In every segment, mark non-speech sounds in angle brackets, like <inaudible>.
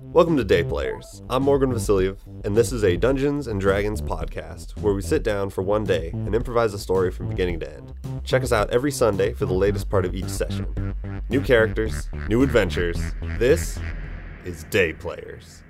Welcome to Day Players. I'm Morgan Vasiliev, and this is a Dungeons and Dragons podcast where we sit down for one day and improvise a story from beginning to end. Check us out every Sunday for the latest part of each session. New characters, new adventures. This is Day Players.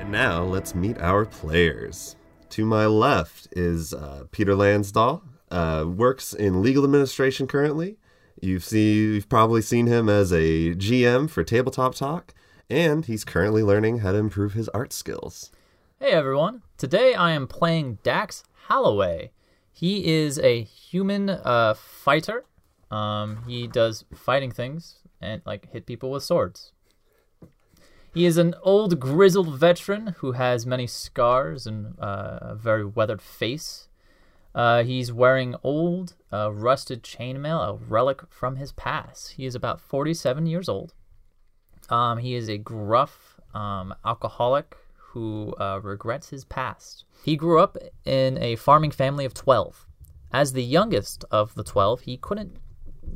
And now let's meet our players. To my left is uh, Peter Lansdahl. Uh, works in legal administration currently. You've see, you've probably seen him as a GM for Tabletop Talk, and he's currently learning how to improve his art skills. Hey everyone! Today I am playing Dax Holloway. He is a human uh, fighter. Um, he does fighting things and like hit people with swords. He is an old grizzled veteran who has many scars and uh, a very weathered face. Uh, he's wearing old, uh, rusted chainmail, a relic from his past. He is about 47 years old. Um, he is a gruff um, alcoholic who uh, regrets his past. He grew up in a farming family of 12. As the youngest of the 12, he couldn't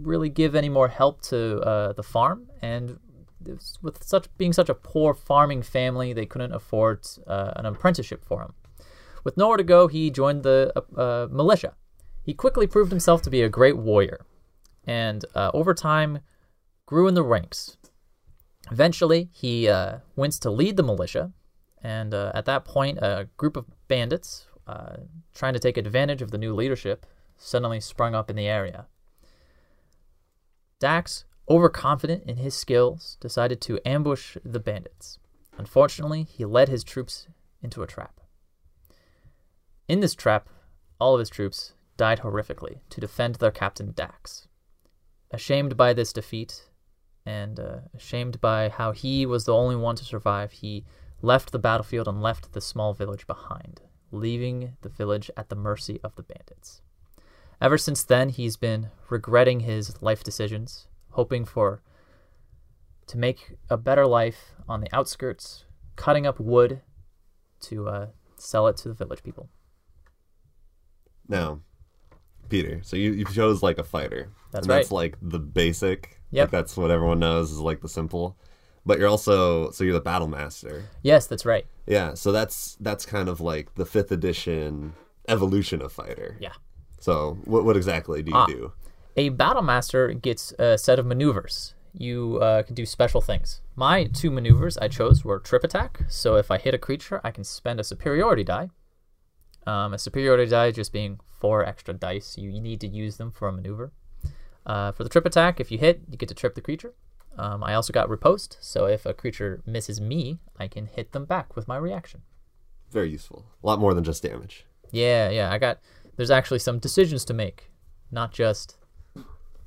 really give any more help to uh, the farm, and this- with such being such a poor farming family, they couldn't afford uh, an apprenticeship for him. With nowhere to go, he joined the uh, uh, militia. He quickly proved himself to be a great warrior, and uh, over time, grew in the ranks. Eventually, he uh, went to lead the militia, and uh, at that point, a group of bandits, uh, trying to take advantage of the new leadership, suddenly sprung up in the area. Dax, overconfident in his skills, decided to ambush the bandits. Unfortunately, he led his troops into a trap. In this trap, all of his troops died horrifically to defend their captain Dax. Ashamed by this defeat, and uh, ashamed by how he was the only one to survive, he left the battlefield and left the small village behind, leaving the village at the mercy of the bandits. Ever since then, he's been regretting his life decisions, hoping for to make a better life on the outskirts, cutting up wood to uh, sell it to the village people. Now, Peter, so you, you chose like a fighter. That's and That's right. like the basic. Yep. Like that's what everyone knows is like the simple. But you're also so you're the battle master. Yes, that's right. Yeah, so that's that's kind of like the fifth edition evolution of fighter. Yeah. So what what exactly do you Ah. do? a battle master gets a set of maneuvers. You uh, can do special things. My two maneuvers I chose were trip attack. So if I hit a creature, I can spend a superiority die. Um, a superiority die just being four extra dice. You, you need to use them for a maneuver. Uh, for the trip attack, if you hit, you get to trip the creature. Um, I also got riposte. So if a creature misses me, I can hit them back with my reaction. Very useful. A lot more than just damage. Yeah, yeah. I got. There's actually some decisions to make, not just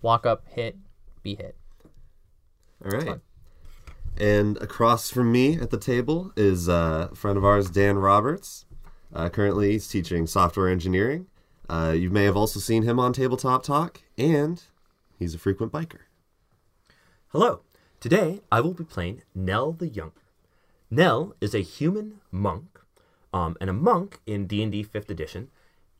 walk up, hit, be hit. All right. And across from me at the table is uh, a friend of ours, Dan Roberts. Uh, currently, he's teaching software engineering. Uh, you may have also seen him on Tabletop Talk, and he's a frequent biker. Hello. Today I will be playing Nell the Younger. Nell is a human monk, um, and a monk in D and D Fifth Edition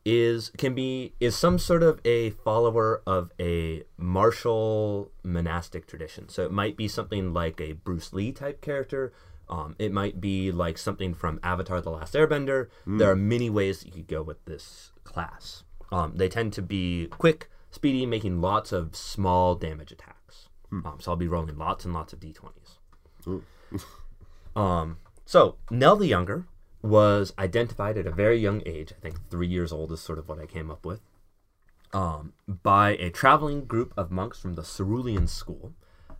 is can be is some sort of a follower of a martial monastic tradition. So it might be something like a Bruce Lee type character. Um, it might be like something from Avatar: The Last Airbender. There are many ways that you could go with this class. Um, they tend to be quick, speedy, making lots of small damage attacks. Um, so I'll be rolling lots and lots of d20s. Um, so Nell the Younger was identified at a very young age. I think three years old is sort of what I came up with. Um, by a traveling group of monks from the Cerulean School,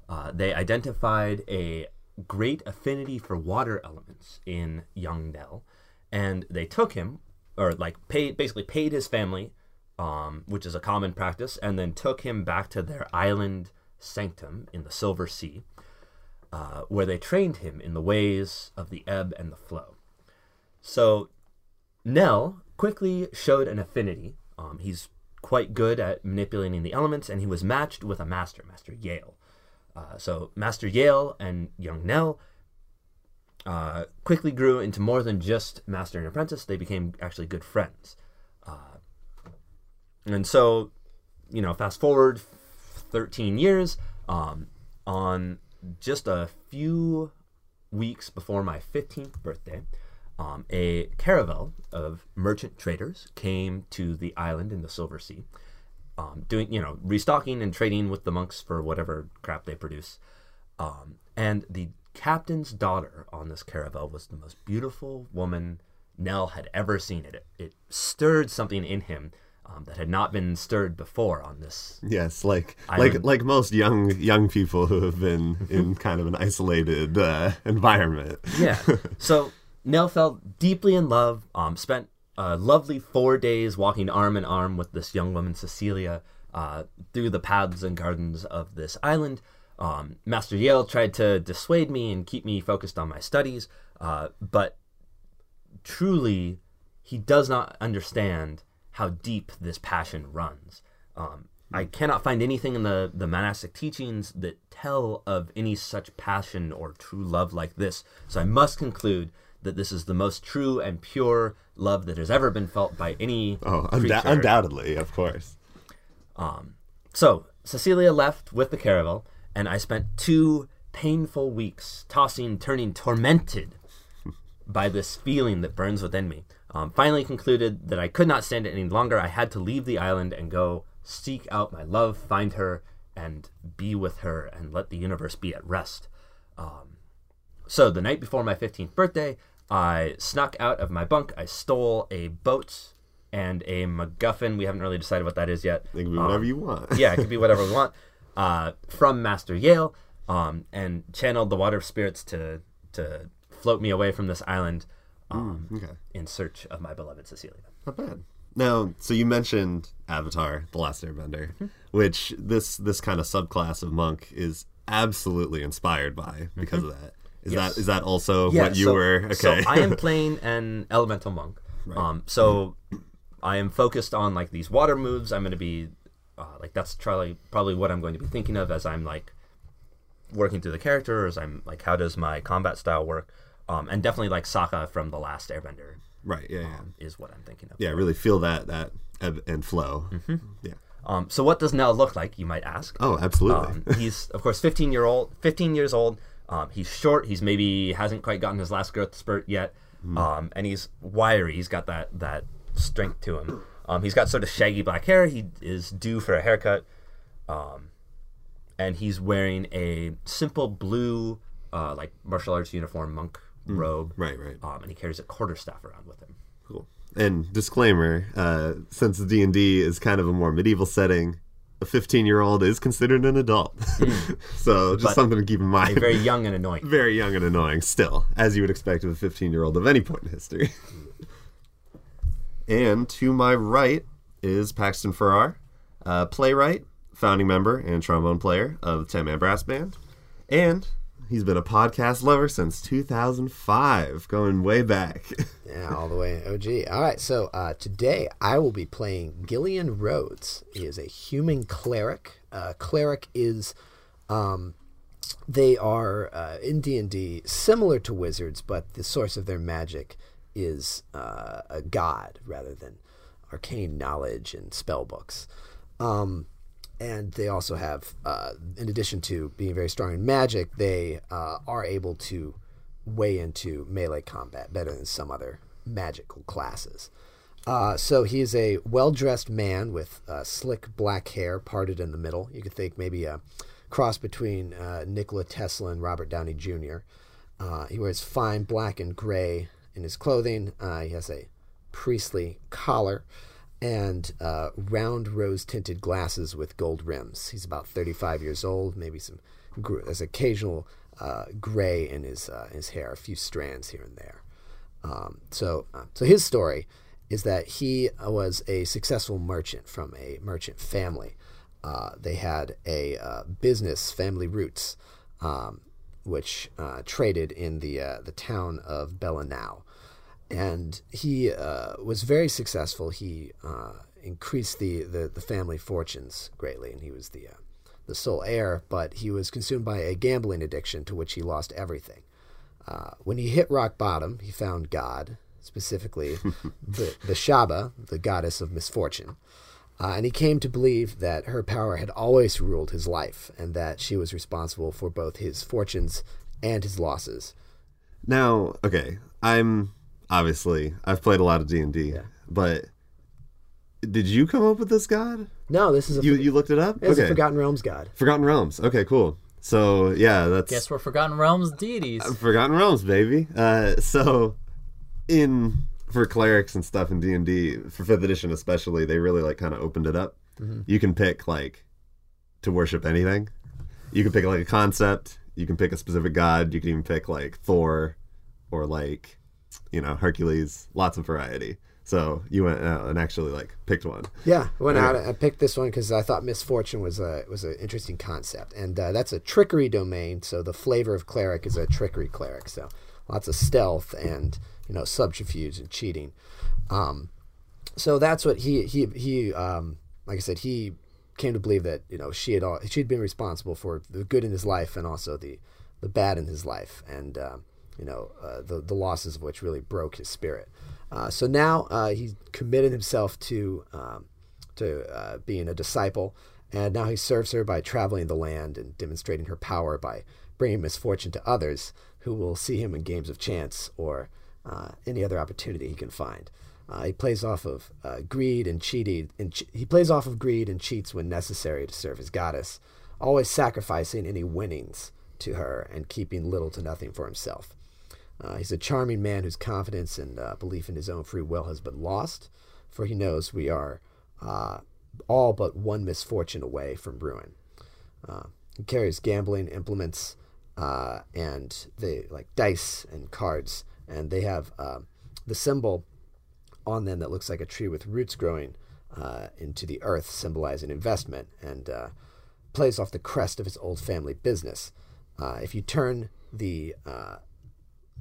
uh, they identified a great affinity for water elements in young Nell, and they took him, or like paid, basically paid his family, um, which is a common practice, and then took him back to their island sanctum in the Silver Sea, uh, where they trained him in the ways of the ebb and the flow. So Nell quickly showed an affinity. Um, he's quite good at manipulating the elements, and he was matched with a master, Master Yale. Uh, so Master Yale and young Nell uh, quickly grew into more than just master and apprentice. They became actually good friends. Uh, and so, you know, fast forward f- 13 years, um, on just a few weeks before my 15th birthday, um, a caravel of merchant traders came to the island in the Silver Sea, um, doing, you know, restocking and trading with the monks for whatever crap they produce. Um, and the captain's daughter on this caravel was the most beautiful woman Nell had ever seen. It it stirred something in him um, that had not been stirred before on this. Yes, like like Island. like most young young people who have been in kind of an isolated uh, environment. Yeah. so Nell fell deeply in love. Um, spent a lovely four days walking arm in arm with this young woman Cecilia uh, through the paths and gardens of this island. Um, Master Yale tried to dissuade me and keep me focused on my studies, uh, but truly he does not understand how deep this passion runs. Um, I cannot find anything in the, the monastic teachings that tell of any such passion or true love like this, so I must conclude that this is the most true and pure love that has ever been felt by any Oh, unda- creature. undoubtedly, of course. So Cecilia left with the caravel, and I spent two painful weeks tossing, turning, tormented by this feeling that burns within me. Um, finally, concluded that I could not stand it any longer. I had to leave the island and go seek out my love, find her, and be with her, and let the universe be at rest. Um, So the night before my 15th birthday, I snuck out of my bunk. I stole a boat and a MacGuffin. We haven't really decided what that is yet. It can be Um, whatever you want. yeah, it could be whatever we want. Uh, from Master Yale, um, and channeled the water of spirits to to float me away from this island, um, Okay. in search of my beloved Cecilia. Not bad. Now, so you mentioned Avatar: The Last Airbender, Mm-hmm. which this this kind of subclass of monk is absolutely inspired by because of that. Is Mm-hmm. Yes. that is that also what you so, were? Okay. so I am playing an elemental monk. Um, so I am focused on like these water moves. I'm going to be uh, like that's probably probably what I'm going to be thinking of as I'm like working through the character, or as I'm like how does my combat style work? Um, and definitely like Sokka from the Last Airbender <laughs> right. Yeah. Yeah. is what I'm thinking of. yeah. Really feel that that ebb and flow. Yeah. Um, so what does Nell look like? You might ask. Oh, absolutely. Um, he's of course 15 year old, 15 years old. Um, he's short. He's maybe hasn't quite gotten his last growth spurt yet, Hmm. um, and he's wiry. He's got that that strength to him. Um, he's got sort of shaggy black hair. He is due for a haircut, um, and he's wearing a simple blue uh, like martial arts uniform monk robe. Hmm. right. Right. Um, and he carries a quarterstaff around with him. Cool. And disclaimer: uh, since D and D is kind of a more medieval setting, a 15-year-old is considered an adult. <laughs> so just Hmm. But something to keep in mind. Very young and annoying. <laughs> very young and annoying still, as you would expect of a 15 year old of any point in history. <laughs> and to my right is Paxton Farrar, uh, playwright, founding member, and trombone player of the 10 Man Brass Band. And he's been a podcast lover since 2005, going way back. <laughs> Yeah, all the way in OG. All right, so uh, today I will be playing Gillian Rhodes. He is a human cleric. Uh, cleric is, um, they are uh, in D and D similar to wizards, but the source of their magic is uh, a god rather than arcane knowledge and spell books. Um, and they also have, uh, in addition to being very strong in magic, they uh, are able to way into melee combat better than some other magical classes. Uh, so he is a well dressed man with uh, slick black hair parted in the middle. You could think maybe a cross between uh, Nikola Tesla and Robert Downey Jr. Uh, he wears fine black and gray in his clothing. Uh, he has a priestly collar and uh, round rose tinted glasses with gold rims. He's about 35 years old, maybe some gr- there's occasional uh, gray in his uh, his hair, a few strands here and there. Um, so uh, so his story is that he uh, was a successful merchant from a merchant family. Uh, they had a uh, business, Family Roots, um, which uh, traded in the uh, the town of Bellinau and he uh, was very successful. He uh, increased the, the, the family fortunes greatly, and he was the uh, the sole heir. But he was consumed by a gambling addiction to which he lost everything. Uh, when he hit rock bottom, he found God, specifically the the Shaba, the goddess of misfortune, uh, and he came to believe that her power had always ruled his life, and that she was responsible for both his fortunes and his losses. Now, okay, I'm obviously I've played a lot of D and D, but did you come up with this god? No, this is a You you looked it up? It's a Forgotten Realms god. Forgotten Realms. Okay, cool. So yeah, that's Guess we're Forgotten Realms deities. Uh, Forgotten Realms, baby. Uh, so in for clerics and stuff in D and D for fifth edition especially, they really like kind of opened it up. You can pick like to worship anything. You can pick like a concept. You can pick a specific god. You can even pick like Thor or like you know Hercules. Lots of variety. So you went out and actually like picked one. Yeah, I went out. I picked this one because I thought misfortune was a was an interesting concept, and uh, that's a trickery domain. So the flavor of cleric is a trickery cleric. So lots of stealth and you know subterfuge and cheating. Um, so that's what he he he um, like I said he came to believe that you know she had all she'd been responsible for the good in his life and also the the bad in his life and uh, you know uh, the the losses of which really broke his spirit. Uh, so now uh, he committed himself to um, to uh, being a disciple, and now he serves her by traveling the land and demonstrating her power by bringing misfortune to others who will see him in games of chance or uh, any other opportunity he can find. Uh, he plays off of uh, greed and cheating, and che- he plays off of greed and cheats when necessary to serve his goddess, always sacrificing any winnings to her and keeping little to nothing for himself. Uh, he's a charming man whose confidence and uh, belief in his own free will has been lost, for he knows we are uh, all but one misfortune away from ruin. Uh, he carries gambling implements uh, and they like dice and cards, and they have uh, the symbol on them that looks like a tree with roots growing uh, into the earth, symbolizing investment, and uh, plays off the crest of his old family business. Uh, if you turn the uh,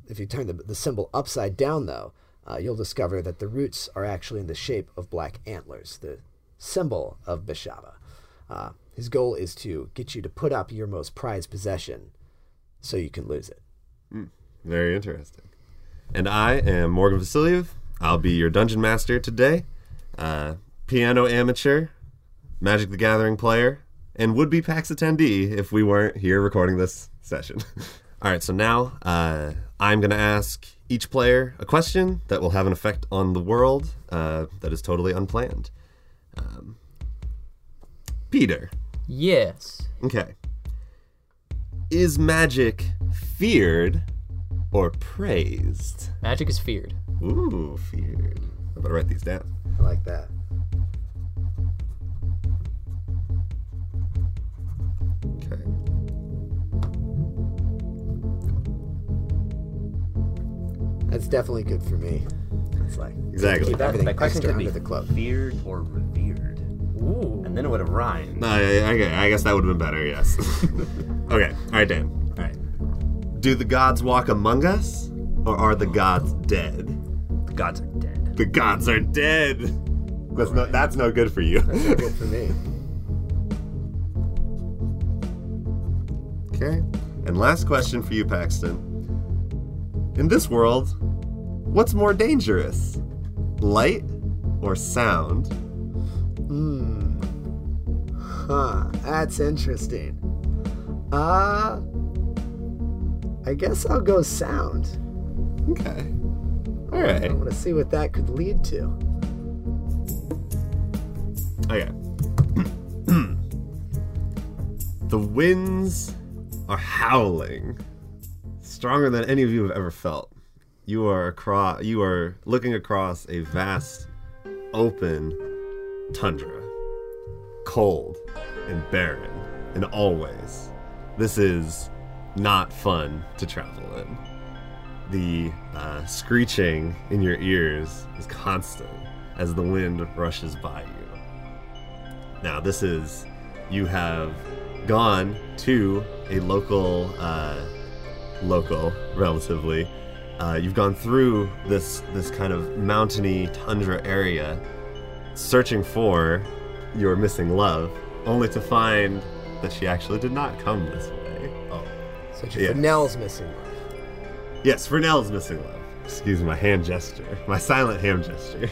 if you turn the, the symbol upside down, though, uh, you'll discover that the roots are actually in the shape of black antlers, the symbol of Bishaba. Uh, his goal is to get you to put up your most prized possession so you can lose it. Very interesting. And I am Morgan Vasiliev. I'll be your dungeon master today. Uh, piano amateur, Magic the Gathering player, and would be PAX attendee if we weren't here recording this session. <laughs> All right, so now uh, I'm going to ask each player a question that will have an effect on the world uh, that is totally unplanned. Um, Peter. Yes. Okay. Is magic feared or praised? Magic is feared. Ooh, feared. I better write these down. I like that. Okay. That's definitely good for me. It's like Exactly. keep everything That question extra could be under the cloak. feared or revered, Ooh. and then it would have rhymed. No, I, I, I guess that would have been better, yes. <laughs> okay. All right, Dan. All right. Do the gods walk among us or are the gods dead? The gods are dead. The gods are dead. That's, no, that's no good for you. <laughs> Good for me. Okay. And last question for you, Paxton. In this world, what's more dangerous? Light or sound? Huh, that's interesting. Uh I guess I'll go sound. Okay. All right. I want to see what that could lead to. Okay. <clears throat> the winds are howling, stronger than any of you have ever felt. You are across. You are looking across a vast, open tundra, cold and barren and always. This is not fun to travel in. The uh, screeching in your ears is constant as the wind rushes by you. Now, this is you have gone to a local, uh, local, relatively. Uh, you've gone through this this kind of mountainy tundra area searching for your missing love, only to find that she actually did not come this way. Oh. So Yeah. yeah. Nell's missing love. Yes, Fernell's missing love. Excuse my hand gesture, my silent hand gesture.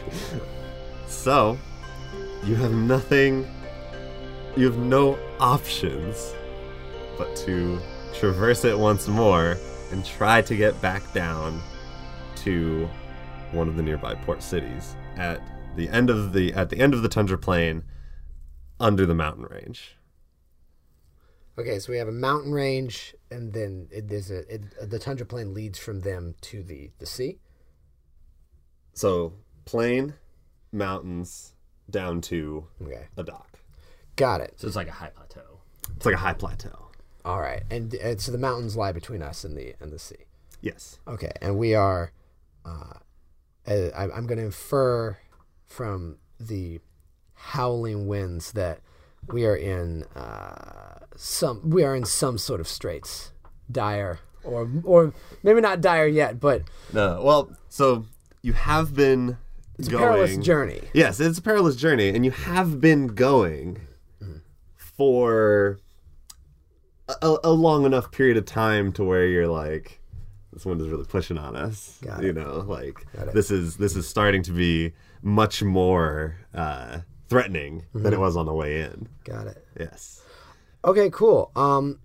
so, you have nothing, you have no options but to traverse it once more and try to get back down to one of the nearby port cities at the end of the at the end of the tundra plain under the mountain range. Okay, so we have a mountain range, and then it, there's a it, the tundra plain leads from them to the the sea. So, plain, mountains down to Okay, a dock. got it. So it's like a high plateau. It's like a high plateau. All right, and, and so the mountains lie between us and the and the sea. Yes. Okay, and we are. Uh, uh, I, I'm going to infer from the howling winds that we are in uh, some. We are in some sort of straits, dire or or maybe not dire yet, but No. Well, so you have been it's a going. perilous journey. Yes, it's a perilous journey, and you have been going for a, a long enough period of time to where you're like, this wind is really pushing on us. Got you it. know, like Got it. this is this is starting to be much more uh, threatening than Mm-hmm. it was on the way in. Got it. Yes. Okay, cool. Um,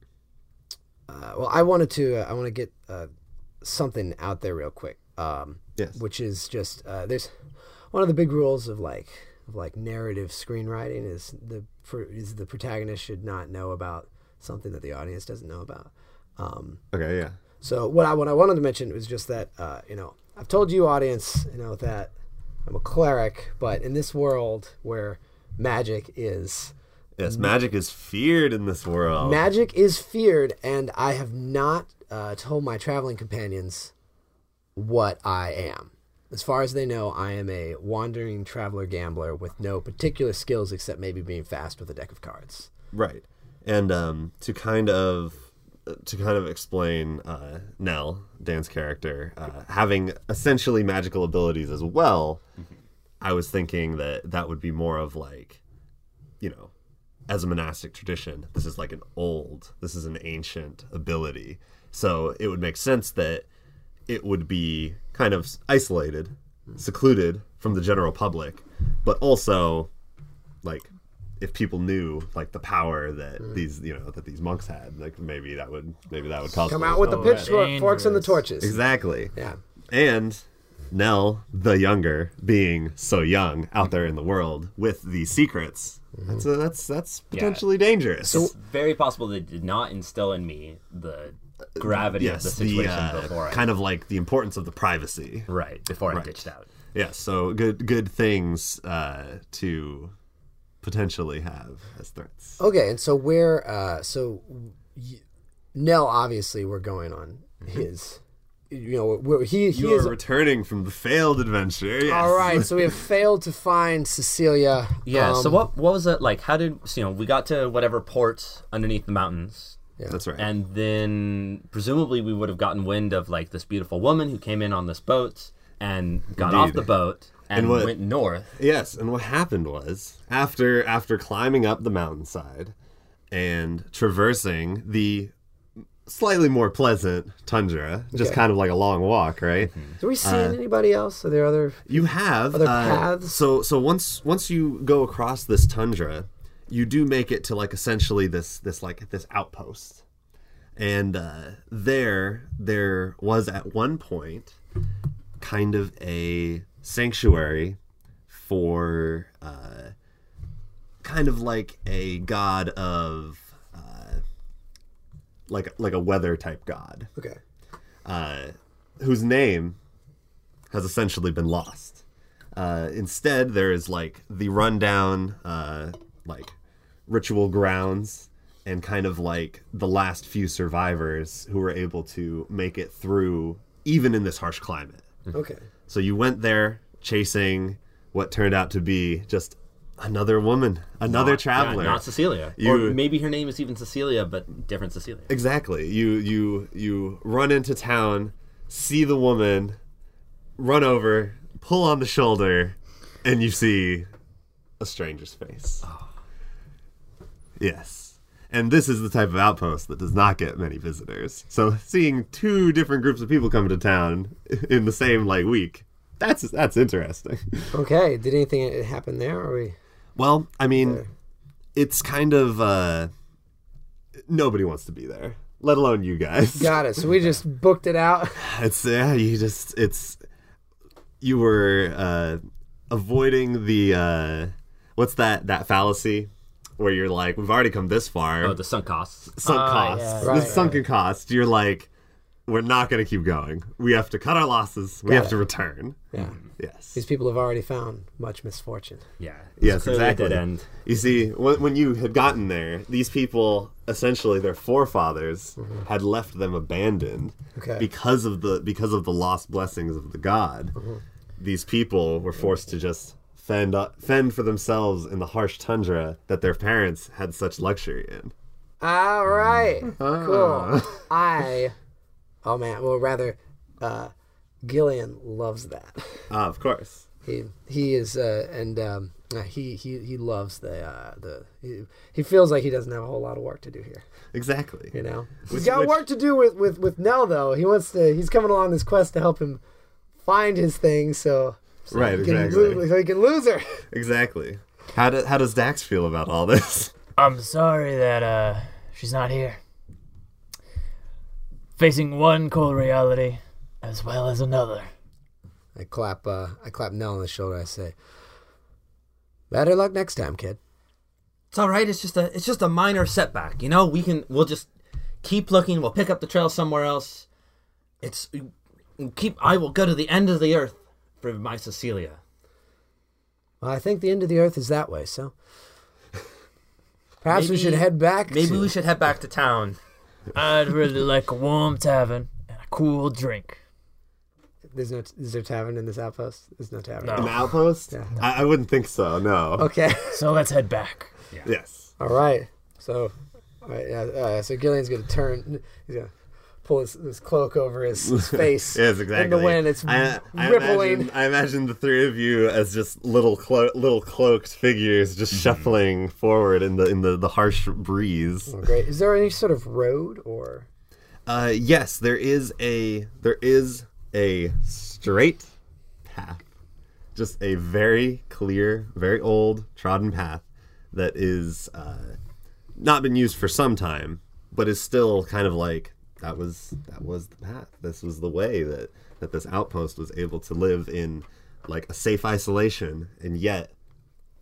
uh, well, I wanted to. Uh, I want to get uh, something out there real quick. Um, Yes. Which is just uh, there's one of the big rules of like of like narrative screenwriting is the pro- is the protagonist should not know about something that the audience doesn't know about. Um, Okay. Yeah. so what I what I wanted to mention was just that uh, you know I've told you audience you know that I'm a cleric, but in this world where magic is Yes. Magic is feared in this Oh. world. Mm-hmm. Magic is feared, and I have not uh, told my traveling companions what I am. As far as they know, I am a wandering traveler gambler with no particular skills except maybe being fast with a deck of cards. right and um, to kind of to kind of explain uh, nell dan's character uh, having essentially magical abilities as well i was thinking that that would be more of like you know as a monastic tradition this is like an old this is an ancient ability so it would make sense that it would be kind of isolated secluded from the general public but also like if people knew like the power that Mm. these you know that these monks had like maybe that would maybe that would cause Come them- out with the Oh, yeah. pitchforks forks and the Dangerous. torches. exactly Yeah. and Nell the younger being so young out there in the world with these secrets that's a, that's that's potentially dangerous It's very possible they did not instill in me the gravity of yes the the, situation uh, before I kind of like the importance of the privacy right before I ditched out. yeah so good good things uh to potentially have as threats Okay, and so where? Uh, so y- Nell, obviously, we're going on his. You know, where he he you is are returning from the failed adventure yes. all right. So we have failed to find Cecilia. Yeah. Um, so what what was that like? How did you know we got to whatever port underneath the mountains? that's right And then presumably we would have gotten wind of like this beautiful woman who came in on this boat and got off Indeed. the boat and, And what- went north. Yes, and what happened was after after climbing up the mountainside and traversing the slightly more pleasant tundra, just kind of like a long walk, right? Are we seeing anybody else? Are there other? You have Other uh, paths? So so once once you go across this tundra, you do make it to like essentially this this like this outpost, and uh, there there was at one point kind of a sanctuary for uh, kind of like a god of uh, like like a weather type god Okay. uh, whose name has essentially been lost. Uh, instead, there is like the rundown, uh, like ritual grounds, and kind of like the last few survivors who were able to make it through, even in this harsh climate. Okay. So you went there chasing what turned out to be just another woman, another traveler. Yeah, not Cecilia. You- or maybe her name is even Cecilia, but different Cecilia. Exactly. You you you run into town, see the woman, run over, pull on the shoulder, and you see a stranger's face. Yes. And this is the type of outpost that does not get many visitors. So seeing two different groups of people come to town in the same like week, that's that's interesting. Okay. Did anything happen there? Or we? Well, I mean, it's kind of uh nobody wants to be there, let alone you guys. Got it. So we just booked it out. It's yeah, you just it's you were uh avoiding the uh what's that that fallacy where you're like we've already come this far. Oh, the sunk costs. sunk Ah, costs. yeah, the right, sunken cost. You're like we're not going to keep going. We have to cut our losses. we have it. to return. Yeah. Yes. These people have already found much misfortune. Yeah. It's Yes, clearly a exactly. Dead end. You see, when, when you had gotten there, these people, essentially their forefathers, had left them abandoned Okay. because of the because of the lost blessings of the god. These people were forced to just fend up, fend for themselves in the harsh tundra that their parents had such luxury in. All right. Cool. I. Oh man. Well, rather, uh, Gillian loves that. Ah, of course. He he is uh, and um, uh, he he he loves the uh, the he, he feels like he doesn't have a whole lot of work to do here. Exactly. You know, Which- he's got which- work to do with with with Nell though. He wants to. He's coming along this quest to help him find his thing. So. so Right, he can exactly. lose- so he can lose her. Exactly. How, do, how does Dax feel about all this? I'm sorry that uh she's not here. Facing one cold reality as well as another. <laughs> I clap. Uh, I clap Nell on the shoulder. I say, "Better luck next time, kid." It's all right. It's just a it's just a minor setback. You know, we can we'll just keep looking. We'll pick up the trail somewhere else. It's keep. I will go to the end of the earth for my Cecilia. Well, I think the end of the earth is that way, so perhaps we should Maybe- head back. Maybe to- we should head back to town. I'd really like a warm tavern and a cool drink. There's no. Is there tavern in this outpost? There's no tavern. No. An outpost? Oh. Yeah. I, I wouldn't think so, no. Okay. So let's head back. Yes. All right. So, all right. Yeah, uh, so Gillian's gonna turn. He's gonna pull his, his cloak <laughs> over his, his face. Yes, exactly. In the wind, it's I, I <laughs> rippling. Imagine, I imagine the three of you as just little clo- little cloaked figures just shuffling forward in the in the, the harsh breeze. Oh, great. Is there any sort of road or? Uh, yes, there is a there is a straight path, just a very clear, very old, trodden path that is uh, not been used for some time, but is still kind of like that was that was the path. This was the way that that this outpost was able to live in like a safe isolation, and yet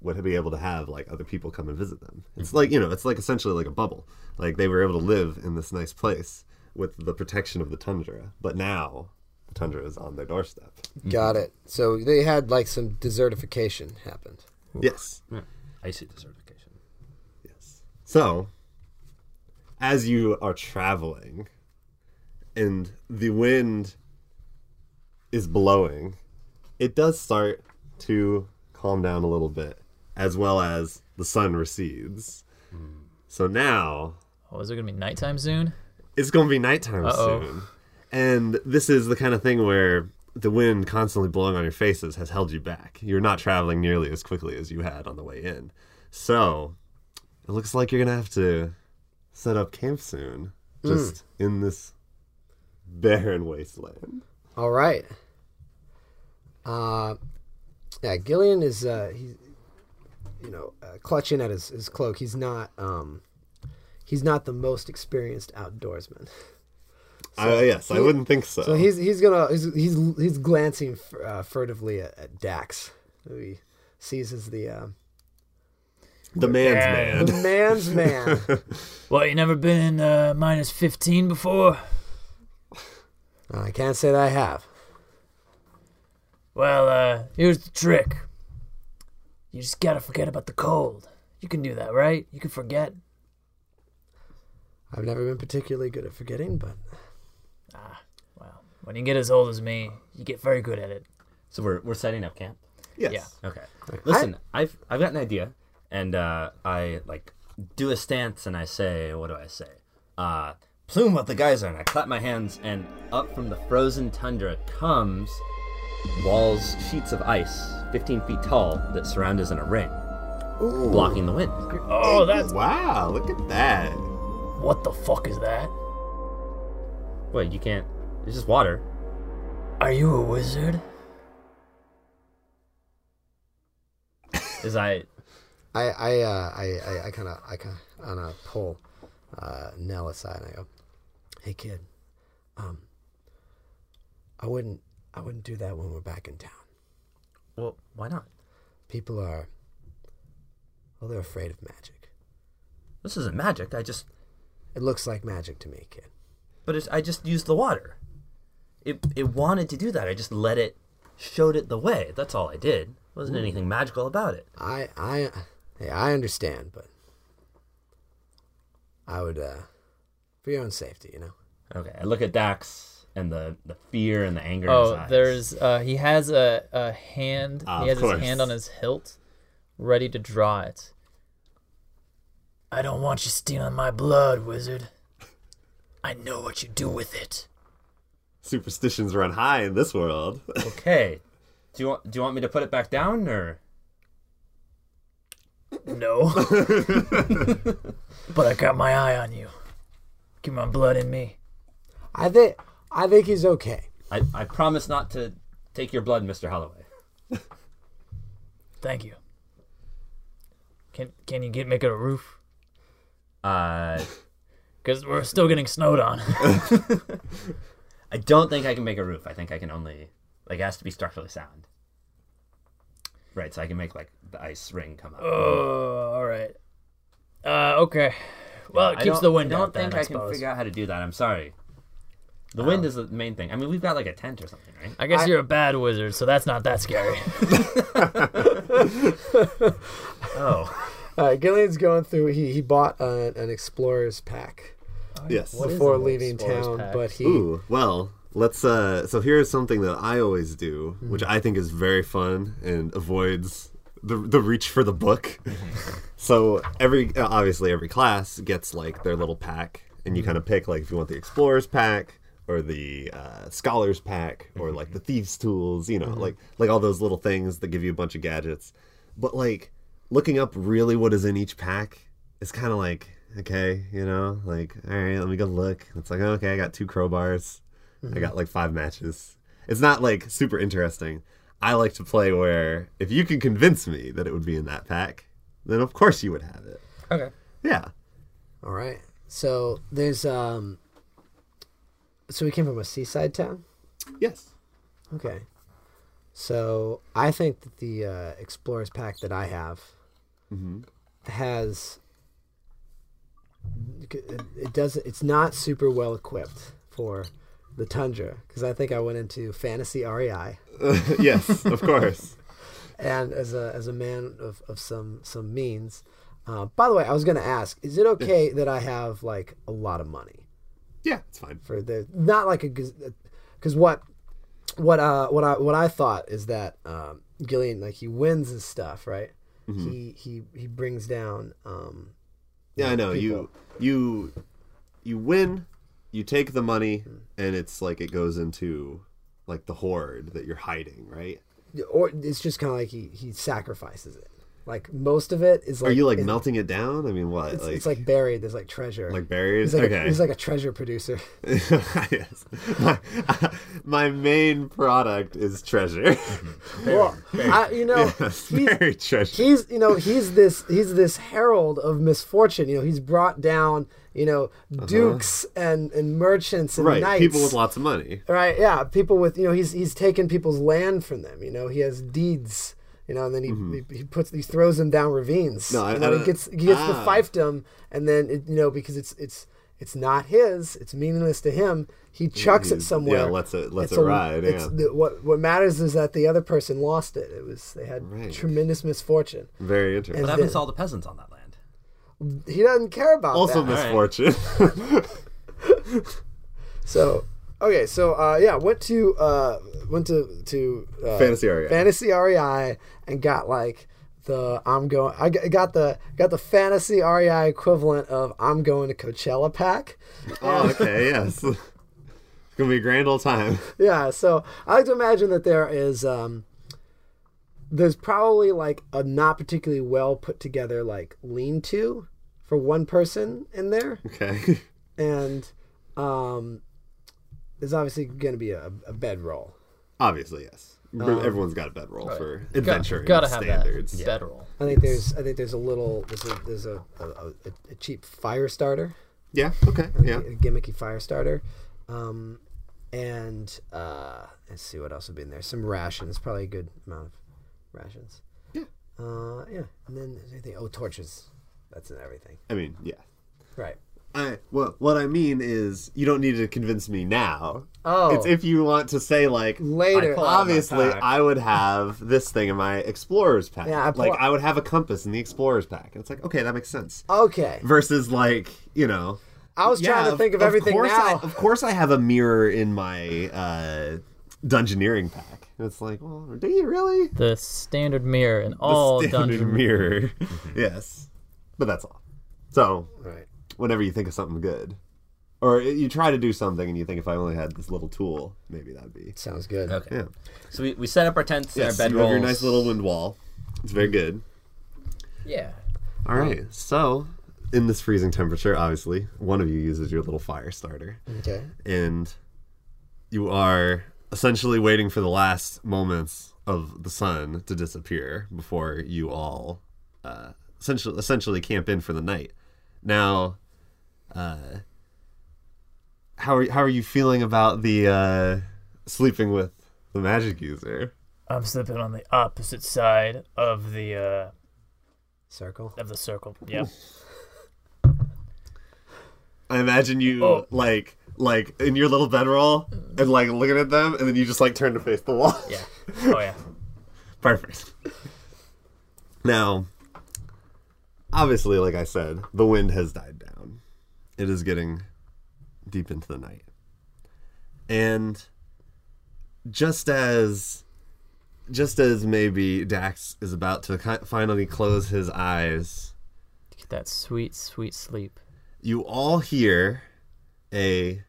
would be able to have like other people come and visit them. It's like you know, it's like essentially like a bubble. Like they were able to live in this nice place with the protection of the tundra, but now the tundra is on their doorstep. Got it. So they had like some desertification happened. Yes, I see the certification. yes. So, as you are traveling, and the wind is blowing, it does start to calm down a little bit, as well as the sun recedes. So now Oh, is it gonna be nighttime soon? it's going to be nighttime Uh-oh. soon. And this is the kind of thing where the wind constantly blowing on your faces has held you back. You're not traveling nearly as quickly as you had on the way in. So it looks like you're going to have to set up camp soon, Hmm. just in this barren wasteland. All right. Uh, yeah, Gillian is uh, he's you know uh, clutching at his, his cloak. He's not um, he's not the most experienced outdoorsman. uh, yes, I wouldn't think so. So he's he's gonna he's he's, he's glancing uh, furtively at, at Dax, who he sees as the uh, the man's Yeah. man. the man's man. Well, you never been uh, minus 15 before? Uh, I can't say that I have. Well, uh, here's the trick. You just gotta forget about the cold. You can do that, right? You can forget. I've never been particularly good at forgetting, but Ah, Well, when you get as old as me, you get very good at it. So we're we're setting up camp. Yes. Yeah. Okay. Listen, I've I've got an idea, and uh, I like do a stance, and I say, what do I say? Uh, plume of the geyser, and I clap my hands, and up from the frozen tundra comes walls, sheets of ice, 15 feet tall, that surround us in a ring. blocking the wind. Oh, that's Wow, look at that. what the fuck is that? Wait, you can't. It's just water. Are you a wizard? Is I I I uh, I I- I kind of I kind of on a pull uh, Nell aside and I go, "Hey kid, um, I wouldn't I wouldn't do that when we're back in town. well, why not? People are well, they're afraid of magic. This isn't magic. I just, It looks like magic to me, kid. but it's, I just used the water. It it wanted to do that. I just let it, showed it the way. That's all I did. Wasn't anything magical about it. I I hey, I understand, but I would uh, for your own safety, you know. Okay, I look at Dax and the the fear and the anger. in his Oh, eyes. there's uh, he has a, a hand. Ah, he of has course. his hand on his hilt, ready to draw it. I don't want you stealing my blood, wizard. I know what you do with it. Superstitions run high in this world. <laughs> <laughs> Okay, do you want do you want me to put it back down or? <laughs> No. but I got my eye on you. Keep my blood in me. I think I think he's okay. I I promise not to take your blood, Mister Holloway. Thank you. Can can you get make it a roof? Uh, Because we're still getting snowed <laughs> on. I don't think I can make a roof. I think I can only like it has to be structurally sound. Right, so I can make like the ice ring come up. oh, all right. Uh, okay. Well, it I keeps don't- the wind I out don't then, think I I can suppose. figure out how to do that. I'm sorry. The wind is the main thing. I mean, we've got like a tent or something, right? I guess you're a bad wizard, so that's not that scary. Oh, Uh, Gillian's going through. He he bought uh an explorer's pack Oh, yes. What is before an leaving explorer's town, pack? but he Ooh, well, let's uh so here's something that I always do, which I think is very fun and avoids the the reach for the book. so every uh, obviously every class gets like their little pack and you kind of pick like if you want the explorers pack or the uh, scholars pack or like the thieves tools, you know, like like all those little things that give you a bunch of gadgets. But like looking up really what is in each pack it's kind of like okay you know like all right let me go look it's like okay i got two crowbars i got like five matches it's not like super interesting i like to play where if you can convince me that it would be in that pack then of course you would have it <laughs> okay. yeah All right. So there's um. So we came from a seaside town. yes <laughs> Okay. So I think that the uh, explorer's pack that I have has it does not it's not super well equipped for the tundra because I think I went into fantasy E REI yes of course and as a as a man of, of some some means. Uh, by the way, I was going to ask: Is it okay that I have like a lot of money? yeah it's fine for the not like a because what what uh what I what I thought is that um, Gillian like he wins his stuff right Mm-hmm. he he he brings down um yeah i know you you you win you take the money and it's like it goes into like the hoard that you're hiding right or it's just kind of like he he sacrifices it like most of it is like are you like it- melting it down i mean what it's, it's like buried there's like treasure like buried. he's like a, okay. he's like a treasure producer <laughs> yes. <laughs> My, my main product is <laughs> treasure. well I, you know <laughs> yes, he's- very treasure. he's you know he's this he's this herald of misfortune you know he's brought down you know dukes and and merchants and Uh-huh. Right. knights People with lots of money. Right, yeah, people with you know he's he's taken people's land from them. You know he has deeds. You know, and then he, he, he puts he throws them down ravines. Mm-hmm. No, I- you I know, he don't- gets he gets the Ah. fiefdom, and then it, you know because it's it's it's not his. It's meaningless to him. He chucks it He's- somewhere. Mm, yeah, lets it- lets It's it ride, it's yeah. the- what what matters is that the other person lost it. It was they had Right. tremendous misfortune. Very interesting. And- What happens to all the peasants on that land? He doesn't care about also that. misfortune. So okay, so uh, yeah, went to uh, went to to <laughs> uh, Fantasy E REI. fantasy REI, and got like the I'm going. I g- got the got the fantasy REI equivalent of I'm going to Coachella <laughs> pack. oh, okay. <laughs> Yes. It's gonna be a grand old time. <laughs> Yeah, so I like to imagine that there is um, there's probably like a not particularly well put together like lean to for one person in there Okay. and um there's obviously going to be a, a bedroll Obviously, yes. Um, Everyone's got a bedroll for Got- adventure gotta have standards. that bedroll. i think there's i think there's a little there's a there's a, a, a, a cheap fire starter Yeah. Okay. Yeah. a gimmicky fire starter um and uh let's see what else would be in there some rations probably a good amount of rations Yeah. uh yeah and then is there anything oh torches that's in everything I mean, yeah. right I well, what I mean is, you don't need to convince me now. Oh. It's if you want to say like I- Later. Pull out my obviously, pack. I would have this thing in my explorer's pack. Yeah, I pull like out- I would have a compass in the explorer's pack. And it's like, okay, that makes sense. Um, okay Versus like you know. i was yeah, trying to think of, everything course now I, of course, I have a mirror in my uh, dungeoneering pack. And it's like, well, do you really? The standard mirror in all standard dungeons. <laughs> mirror. yes, but that's all. So right whenever you think of something good, or you try to do something and you think if I only had this little tool, maybe that'd be. sounds good Okay. Yeah. So we, we set up our tents and Yes, our you have bedrolls. your nice little wind wall. It's very good. Yeah. All right, so in this freezing temperature, obviously, one of you uses your little fire starter, okay and you are essentially waiting for the last moments of the sun to disappear before you all uh, essentially essentially camp in for the night. Now, uh, how are how are you feeling about the uh, sleeping with the magic user? I'm slipping on the opposite side of the uh, circle of the circle. Yeah. I imagine you Oh. like like in your little bedroll and like looking at them, and then you just like turn to face the wall. <laughs> Yeah. Oh yeah. Perfect. Now, obviously, like I said, the wind has died down. It is getting deep into the night. And just as just as maybe Dax is about to ki- finally close his eyes, Get that sweet, sweet sleep. you all hear a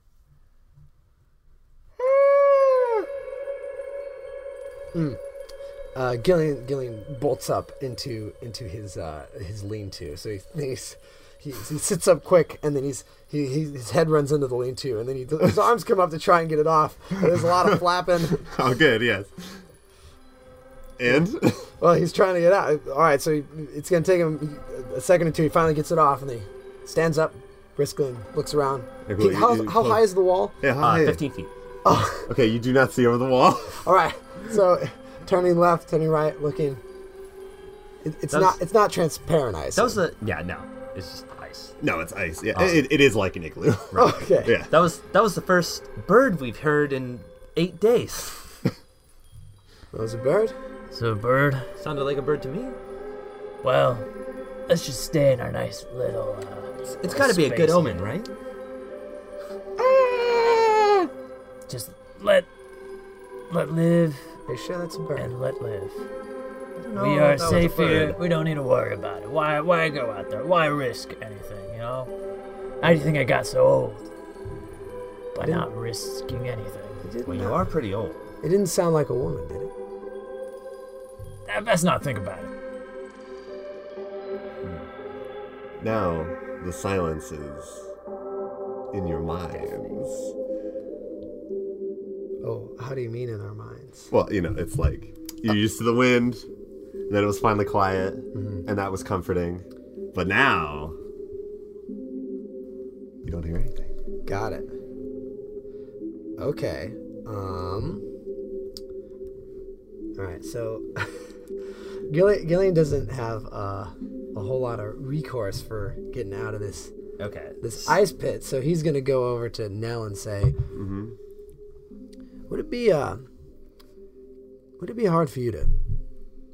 uh, Gillian Gillian bolts up into into his uh, his lean-to. So he <laughs> he's, he he sits up quick, and then he's he, he his head runs into the lean-to, and then he, his arms come up to try and get it off. And there's a lot of flapping. Oh, good, yes. Uh, And Well, he's trying to get out. All right, so he, it's gonna take him a second or two. He finally gets it off, and then he stands up briskly and looks around. Hey, He- Blue, how you- you how close. high is the wall? yeah, <laughs> Uh, hi. 15 feet. Okay, you do not see over the wall. All right, so turning left, turning right, looking. It, it's That was- not it's not transparent ice. That was the yeah no. It's just ice. No, it's ice. Yeah, it, it is like an igloo. <laughs> <laughs> okay. Yeah. That was that was the first bird we've heard in eight days. That was a bird. So bird. Sounded like a bird to me. Well, let's just stay in our nice little. Uh, It's got to be a good Space. omen, right? just let let live Are you sure that's a bird? and let live. No, we are that was a safe here. bird. We don't need to worry about it. Why why go out there? Why risk anything? You know. How do you think I got so old? By not risking anything. Didn't Well, know. you are pretty old. It didn't sound like a woman, did it? Uh, Best not think about it. Now the silence is in your minds. Oh, how do you mean in our minds? Well, you know, it's like you're used to the wind, and then it was finally quiet, Mm-hmm. and that was comforting. But now you don't hear anything. Got it. Okay. Um. All right. So, <laughs> Gillian, Gillian doesn't have uh, a whole lot of recourse for getting out of this Okay. this ice pit, so he's gonna go over to Nell and say, "Would it be uh, would it be hard for you to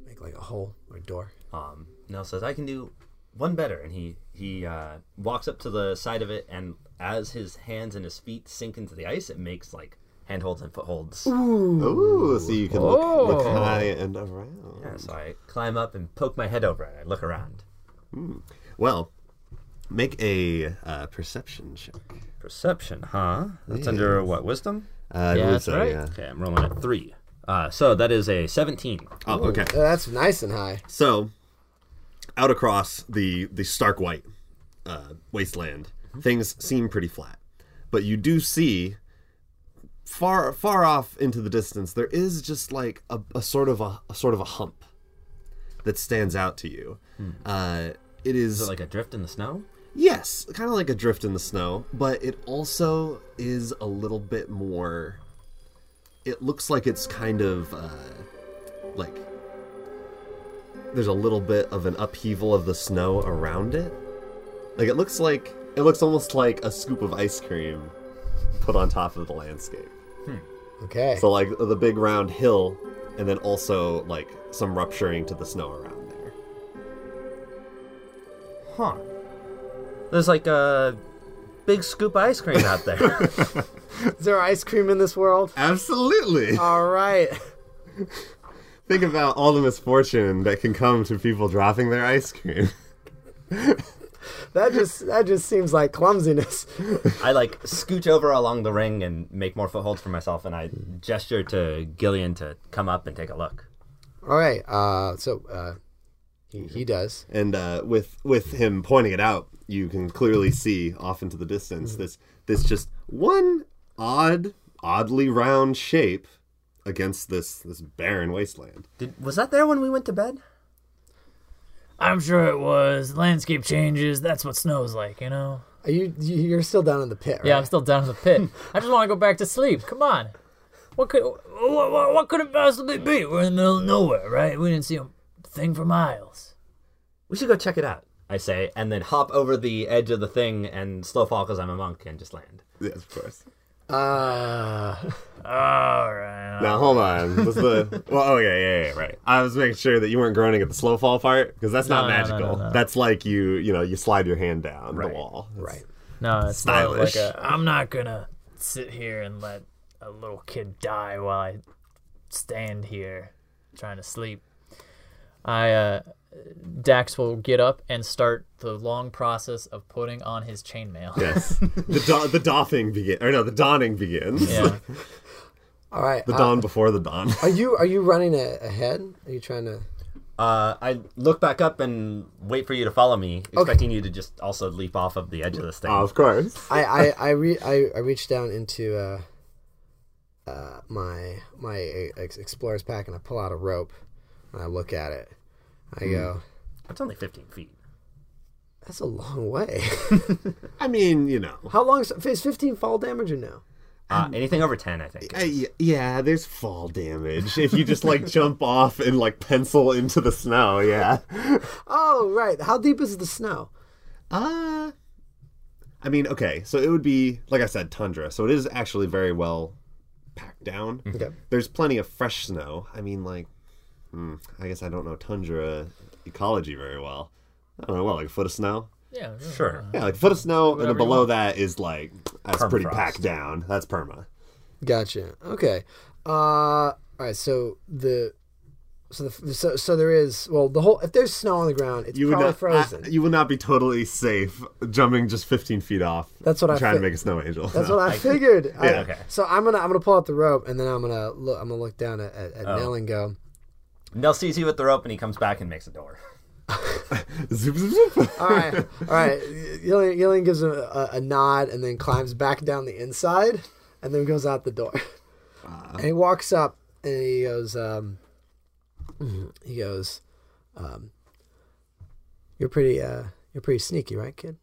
make like a hole or a door?" Um, Nell says, "I can do one better," and he he uh, walks up to the side of it, and as his hands and his feet sink into the ice, it makes like handholds and footholds. Ooh, so you can look, look Oh. high and around. Yeah, so I climb up and poke my head over, and I look around. Well, make a uh, perception check. Perception, huh? That's under what wisdom? Uh, I Yeah, believe that's right. Okay, I'm rolling a three. Uh, so that is a 17. Oh, okay. Uh, That's nice and high. So, out across the the stark white uh, wasteland, things seem pretty flat, but you do see far far off into the distance there is just like a, a sort of a, a sort of a hump that stands out to you. Uh, it is, Is it like a drift in the snow? yes, kind of like a drift in the snow, but it also is a little bit more. It looks like it's kind of uh, like there's a little bit of an upheaval of the snow around it. Like it looks like it looks almost like a scoop of ice cream put on top of the landscape. Okay. So like the big round hill and then also like some rupturing to the snow around there. Huh. There's like a big scoop of ice cream out <laughs> there. Is there ice cream in this world? Absolutely. <laughs> All right. Think about all the misfortune that can come to people dropping their ice cream. <laughs> That just that just seems like clumsiness. I like scooch over along the ring and make more footholds for myself, and I gesture to Gillian to come up and take a look. All right. Uh, so uh, he, he does. And uh, with with him pointing it out, you can clearly see off into the distance this this just one odd, oddly round shape against this this barren wasteland. Did, was that there when we went to bed? I'm sure it was. Landscape changes. That's what snow's like, you know? Are you you- you're still down in the pit, right? Yeah, I'm still down in the pit. I just want to go back to sleep. Come on. What could what, what, what could it possibly be? We're in the middle of nowhere, right? We didn't see a thing for miles. We should go check it out. I say, and then hop over the edge of the thing and slow fall because I'm a monk and just land. Yes, of course. Uh, All right. Now hold on. Was the well? Okay, yeah, yeah, yeah, right. I was making sure that you weren't groaning at the slow fall part because that's not No, no, no, no, magical. no. That's like you you know you slide your hand down the wall. right. No, it's more Stylish. like a, I'm not gonna sit here and let a little kid die while I stand here trying to sleep. I uh, Dax will get up and start the long process of putting on his chainmail. Yes. the do- the doffing begin or no the dawning begins. <laughs> Yeah. All right. The uh, dawn before the dawn. <laughs> are you are you running a- ahead? Are you trying to? Uh, I look back up and wait for you to follow me, expecting you to just also leap off of the edge of this thing. of course. I I I, re- I, I reached down into uh, uh, my my ex- explorer's pack and I pull out a rope and I look at it. I Hmm. go, It's only 15 feet. that's a long way. <laughs> I mean, you know. How long is, is fifteen fall damage or no? Uh, anything over 10, I think. Uh, y- yeah, there's fall damage if you just like jump off and like pencil into the snow. Yeah. Oh right. How deep is the snow? Uh I mean, okay, so it would be like I said, tundra. So it is actually very well packed down. Okay. There's plenty of fresh snow. I mean, like, hmm, I guess I don't know tundra ecology very well. I don't know, what, like a foot of snow? yeah. Sure. Yeah, like a foot of snow, and then Whatever you below that is like, that's pretty Permafrost. packed down. That's perma. Gotcha. Okay. Uh, all right. So the so the so, so there is well the whole if there's snow on the ground it's You would, probably not, frozen. I- you would not be totally safe jumping just 15 feet off. That's what I Trying to fi- make a snow angel. That's what I figured. I- Yeah. Okay. So I'm gonna I'm gonna pull out the rope and then I'm gonna look I'm gonna look down at, at, at Oh. Nell and go. Nell sees you with the rope and he comes back and makes a door. <laughs> Zoop, zoop, zoop. <laughs> All right, <laughs> all right. Yillian, Yillian gives him a, a nod and then climbs back down the inside and then goes out the door. Uh, and he walks up and he goes, um, <clears throat> he goes, um, you're pretty uh, you're pretty sneaky, right, kid?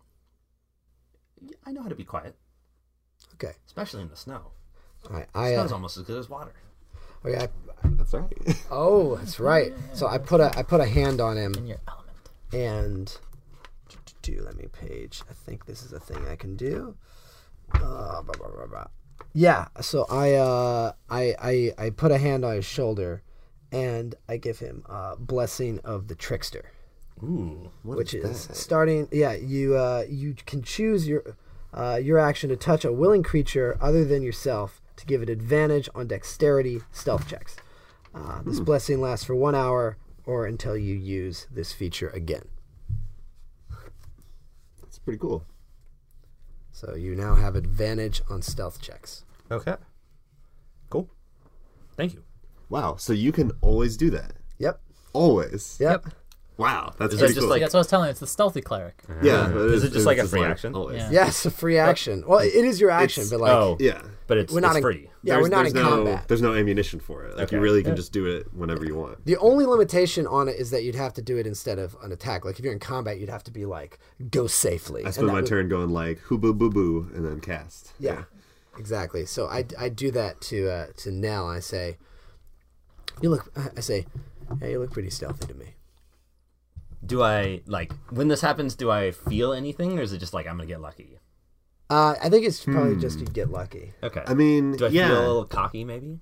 I know how to be quiet, Okay. especially in the snow. All right. I Snow's uh, almost as good as water. okay. I, That's right. oh, that's right. So I put a I put a hand on him. In your element. and do let me page. I think this is a thing I can do. Uh, blah, blah, blah, blah. Yeah, so I, uh, I I I put a hand on his shoulder, and I give him uh, blessing of the trickster, Ooh. which is starting. Yeah, you uh, you can choose your uh, your action to touch a willing creature other than yourself to give it advantage on dexterity stealth checks. Uh, this blessing lasts for one hour or until you use this feature again. That's pretty cool. So you now have advantage on stealth checks. Okay. Cool. Thank you. Wow. So you can always do that. Yep. Always. Yep. Wow. That's Is that pretty just cool. like- That's what I was telling you. It's the stealthy cleric. yeah. but it's- Is it just like a it's free action? Always. Yeah. Yeah, it's a free action. Well, it is your action, it's- but like oh, Yeah. but it's, we're not it's in, free. Yeah, we're not in no, combat. There's no ammunition for it. Like Okay. you really can just do it whenever you want. The only limitation on it is that you'd have to do it instead of an attack. Like if you're in combat, you'd have to be like go safely. I And spend that my would- turn going like hoo boo boo boo and then cast. Yeah, exactly. So I, I do that to uh, to Nell. I say, you look. I I say, hey, you look pretty stealthy to me. Do I like when this happens? Do I feel anything, or is it just like I'm gonna get lucky? Uh, I think it's probably just you get lucky. Okay. I mean, do I yeah. feel a little cocky? <laughs> Maybe.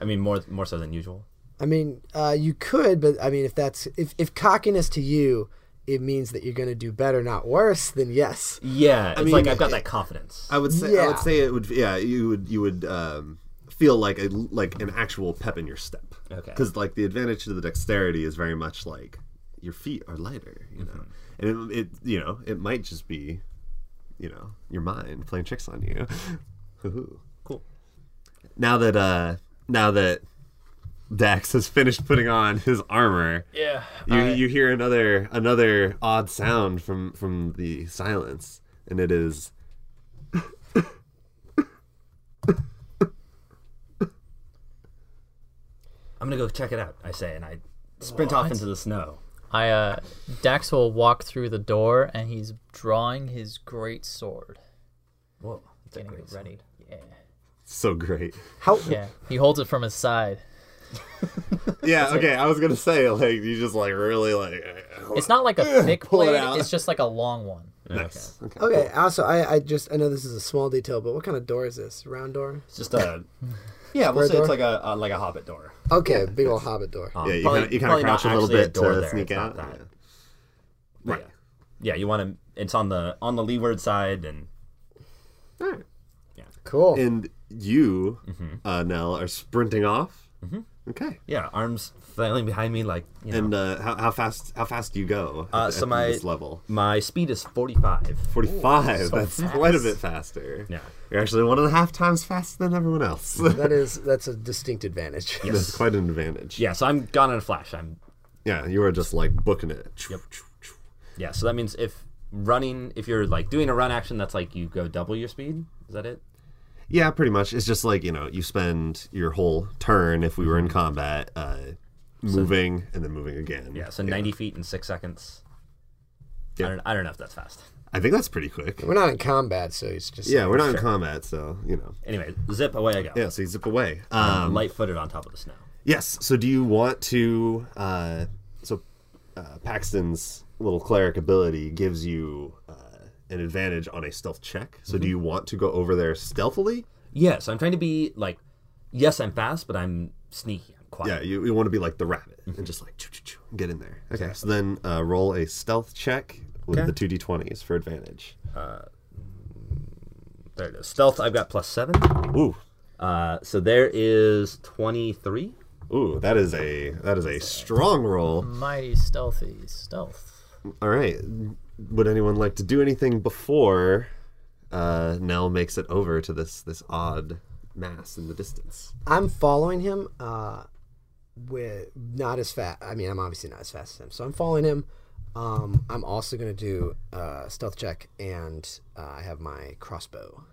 I mean, more more so than usual. I mean, uh, you could, but I mean, if that's if, if cockiness to you, it means that you're going to do better, not worse. Then yes, Yeah, it's like mean, I've got that confidence. I would say I Yeah. would say it would yeah you would you would um, feel like a like an actual pep in your step. Okay. Because like the advantage to the dexterity is very much like your feet are lighter, you know, Mm-hmm. and it, it you know it might just be, you know, your mind playing tricks on you. <laughs> Hoo-hoo. Cool. now that uh now that Dax has finished putting on his armor. Yeah. You, you hear another another odd sound from from the silence, and it is I'm gonna go check it out. I say, and I sprint off into the snow. I uh, Dax will walk through the door, and he's drawing his great sword, Whoa, that's a getting great it ready. Yeah. so great. how Yeah. He holds it from his side. Yeah, okay. I was gonna say like you just like really like It's not like a thick Pull it blade. out. It's just like a long one. nice. Okay. okay. Also, I I just I know this is a small detail, but what kind of door is this? Round door? It's just uh, a <laughs> yeah. Square We'll say door? it's like a, a like a hobbit door. Okay, big old hobbit door. Um, Yeah, you probably- kinda- you kinda probably not crouch a little actually bit door to there, sneak it's not out, that. yeah. But Right. Yeah. Yeah, you want to. It's on the on the leeward side, and Cool. And you, Mm-hmm. uh, Nell, are sprinting off. Okay. yeah, arms flailing behind me like you know. And uh, how, how fast how fast do you go? at Uh, the- so at my- this level My speed is 45. forty five. that's quite a fast. bit faster. Yeah. You're actually one and a half times faster than everyone else. <laughs> that is that's a distinct advantage. that's quite an advantage. Yeah, so I'm gone in a flash. I'm Yeah, you are just like booking it. yeah. So that means if running, if you're like doing a run action, that's like you go double your speed. Is that it? Yeah, pretty much. It's just like you know, you spend your whole turn if we were in combat, uh, moving and then moving again. Yeah. So 90 feet in six seconds. Yeah. I don't. I don't know if that's fast. I think that's pretty quick. <laughs> We're not in combat, so it's just Yeah, we're not in combat, so you know. Anyway, zip away I go. Yeah, so you zip away. Um, Light footed on top of the snow. yes. So do you want to? Uh, so uh, Paxton's little cleric ability gives you uh, an advantage on a stealth check. So do you want to go over there stealthily? Yeah. So I'm trying to be like, yes, I'm fast, but I'm sneaky. I'm quiet. Yeah, you, you want to be like the rabbit and just like choo, choo, choo, and get in there. Okay, so then uh, roll a stealth check with Okay. the two d20s for advantage. There it is. Stealth. I've got plus seven. Ooh, Uh, so there is 23. ooh, that is a that is a strong roll. Mighty stealthy stealth. All right, would anyone like to do anything before uh, Nell makes it over to this this odd mass in the distance? I'm following him uh with not as fast. I mean, I'm obviously not as fast as him. So I'm following him. Um I'm also going to do uh stealth check and uh, I have my crossbow.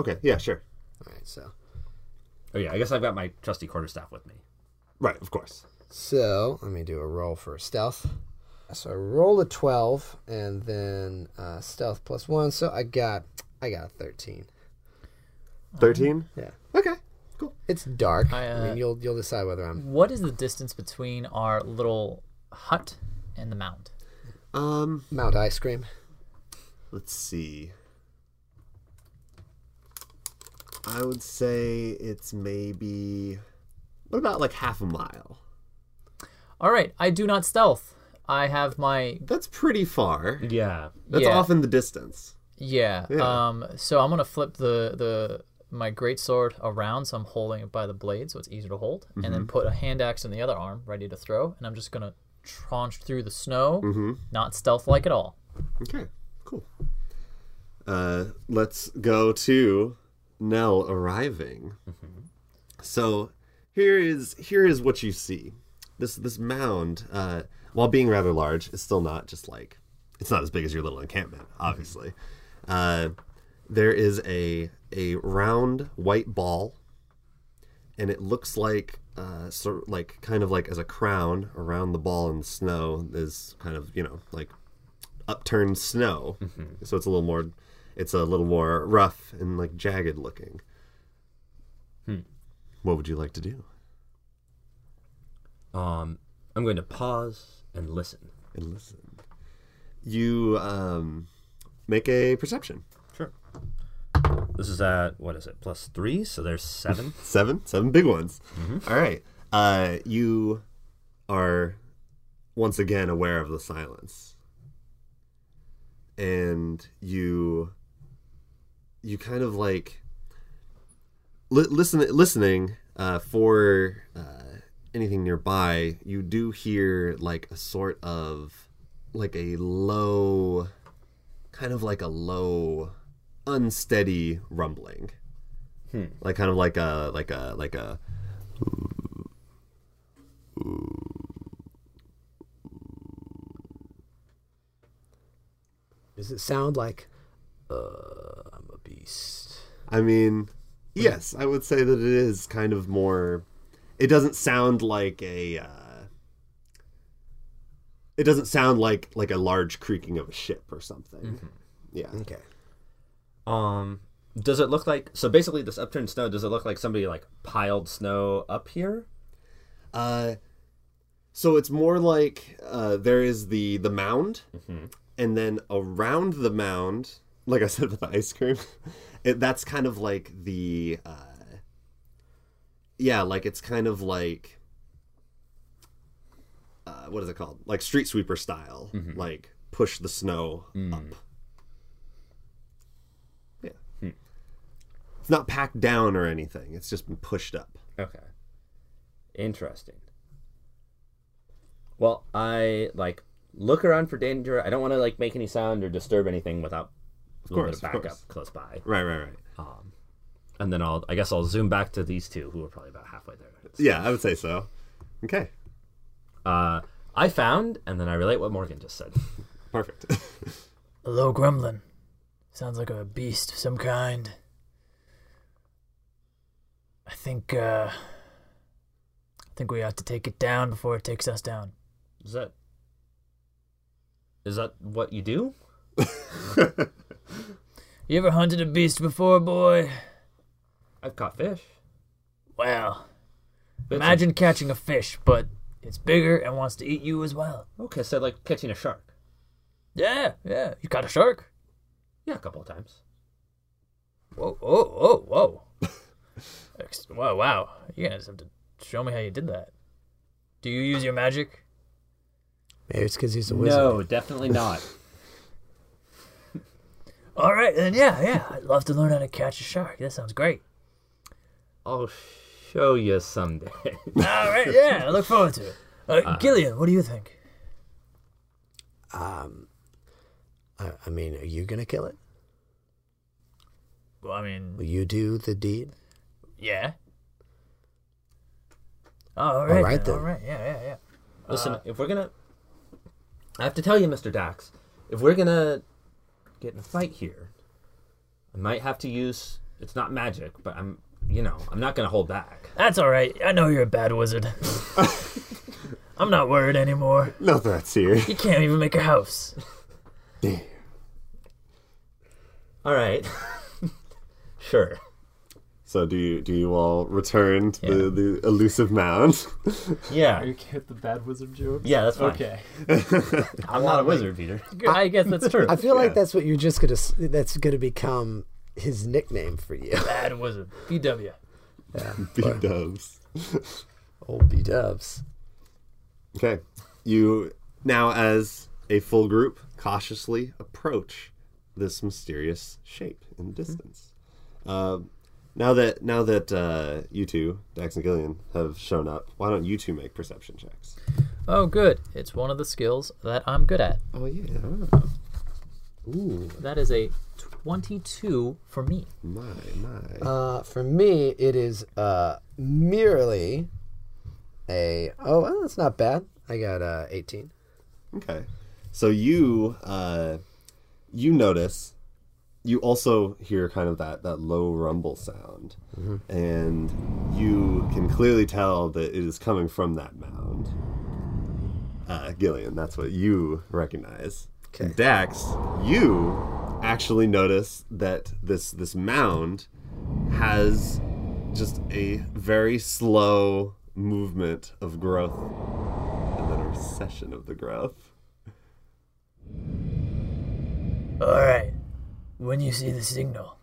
Okay, yeah, sure. All right. So Oh yeah, I guess I've got my trusty quarterstaff with me. Right, of course. so let me do a roll for stealth. So I rolled a 12 and then uh stealth plus 1. So I got I got a 13. Thirteen. Yeah. Okay, cool. It's dark. I, I, uh, mean, you'll you'll decide whether I'm What is the distance between our little hut and the mound? Um, Mount Ice Cream. let's see. I would say it's maybe what about like half a mile? All right, I do not stealth. I have my That's pretty far. Yeah. That's yeah, off in the distance. yeah. Um, so I'm gonna flip the the my great sword around, so I'm holding it by the blade, so it's easier to hold, and then put a hand axe in the other arm, ready to throw, and I'm just gonna tranche through the snow, not stealth like at all. Okay, cool. Uh, let's go to Nell arriving. So here is here is what you see. This this mound, uh, while being rather large, is still not just like it's not as big as your little encampment, obviously. Uh, there is a a round white ball, and it looks like uh, sort like kind of like as a crown around the ball in the snow is kind of you know like upturned snow, so it's a little more it's a little more rough and like jagged looking. What would you like to do? Um, I'm going to pause and listen. and listen. You um, make a perception. Sure. This is at what is it? Plus three, so there's seven. <laughs> Seven, seven big ones. All right. Uh, you are once again aware of the silence, and you you kind of like li- listen listening uh, for uh, anything nearby. You do hear like a sort of like a low, kind of like a low, unsteady rumbling. like kind of like a like a like a Does it sound like, uh, I'm a beast? i mean yes i would say that it is kind of more it doesn't sound like a uh, it doesn't sound like like a large creaking of a ship or something yeah Okay. Um, does it look like so? Basically, this upturned snow. Does it look like somebody like piled snow up here? Uh, so it's more like uh, there is the the mound, Mm-hmm. and then around the mound, like I <laughs> said with the ice cream, it, that's kind of like the uh, yeah, like it's kind of like uh, what is it called? Like street sweeper style, Mm-hmm. like push the snow Mm. up. Yeah, Hmm. it's not packed down or anything. It's just been pushed up. Okay. Interesting. Well, I like look around for danger. I don't want to like make any sound or disturb anything without a little course, bit of of backup course. close by. Right, right, right. Um, And then I'll I guess I'll zoom back to these two who are probably about halfway there. Yeah, I would say so. Okay. Uh, I found and then I relate what Morgan just said. <laughs> Perfect. A low gremlin. Sounds like a beast of some kind. I think uh I think we ought to take it down before it takes us down. Is that is that what you do? You ever hunted a beast before, boy? I've caught fish. Well, But it's a- imagine catching a fish, but it's bigger and wants to eat you as well. okay, so like catching a shark. Yeah, yeah. You caught a shark? Yeah, a couple of times. Whoa, whoa, whoa, whoa. <laughs> Ex- wow, wow. You're gonna just have to show me how you did that. Do you use your magic? Maybe it's because he's a wizard. No, definitely not. All right, then yeah, yeah. I'd love to learn how to catch a shark. That sounds great. I'll show you someday. <laughs> All right, yeah. I look forward to it. Uh, Uh-huh. Gillian, what do you think? Um, I, I mean, are you gonna kill it? Well, I mean, Will you do the deed? yeah. All right, right, then, then. All right, yeah, yeah, yeah. Listen, if we're gonna, I have to tell you, Mister Dax, if we're gonna get in a fight here, I might have to use. It's not magic, but I'm, you know, I'm not gonna hold back. That's all right. I know you're a <laughs> bad wizard. I'm not worried anymore. no threats here. You can't even make a house. All right, <laughs> sure. So do you do you all return to Yeah. the, the elusive mound? <laughs> Are Yeah, you get the bad wizard joke? yeah, that's fine. Okay. <laughs> I'm not a wizard, Peter. I guess that's true. I feel like that's what you're just gonna. s- That's gonna become his nickname for you. <laughs> Bad wizard. BW. B dubs. Old B Dubs. Okay. You now as a full group cautiously approach this mysterious shape in the distance. Um, now that now that uh, you two, Dax and Gillian, have shown up, why don't you two make perception checks? Oh, good. It's one of the skills that I'm good at. Oh yeah. Ooh. That is a 22 for me. My, my. Uh, for me, it is uh, merely a. Oh, well, that's not bad. I got uh, 18. Okay. So you uh you notice you also hear kind of that that low rumble sound. And you can clearly tell that it is coming from that mound. Uh Gillian, that's what you recognize. Okay. Dax, you actually notice that this this mound has just a very slow movement of growth and then a recession of the growth. All right. When you see the signal,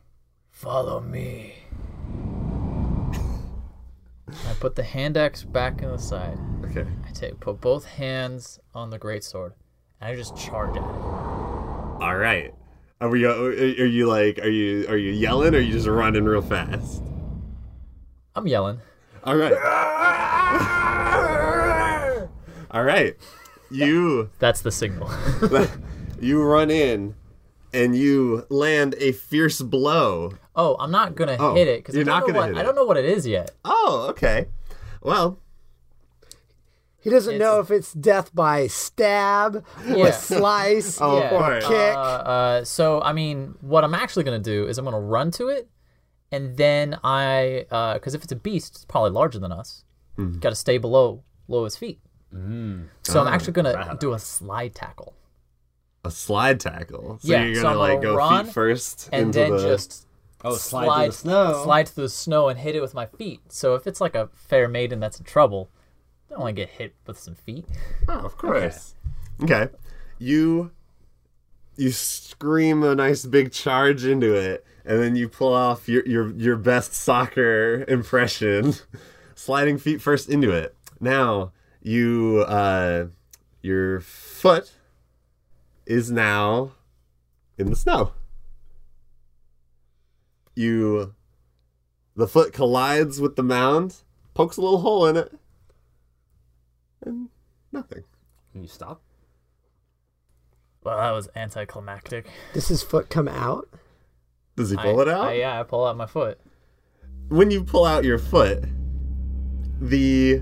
follow me. I put the hand axe back in the side. Okay. I take put both hands on the greatsword, and I just charge at it. All right. Are we? Are you like? Are you? Are you yelling? Or are you just running real fast? I'm yelling. All right. <laughs> All right. You That's the signal. you run in, and you land a fierce blow. oh, I'm not gonna Oh, hit it because I you're don't not know gonna what hit I it. don't know what it is yet. Oh, okay. Well, He doesn't It's- know if it's death by stab or Yeah. slice Oh, Yeah. or boy. kick. Uh, uh, so I mean, what I'm actually gonna do is I'm gonna run to it, and then I, because if it's a beast, it's probably larger than us. Hmm. Got to stay below below his feet. Mm. So I'm actually gonna do a slide tackle a slide tackle. So Yeah, you're so gonna I'm like gonna go run feet first and into then the. just Oh, slide, through the snow. slide through the snow and hit it with my feet. So if it's like a fair maiden that's in trouble, I don't want to get hit with some feet. Oh, of course. Okay. You you scream a nice big charge into it, and then you pull off your your, your best soccer impression, <laughs> sliding feet first into it. Now you uh, your foot is now in the snow. You the foot collides with the mound, pokes a little hole in it, and nothing. Can you stop? Well, that was anticlimactic. Does his foot come out? Does he I- pull it out? I- uh, yeah, I pull out my foot. when you pull out your foot, the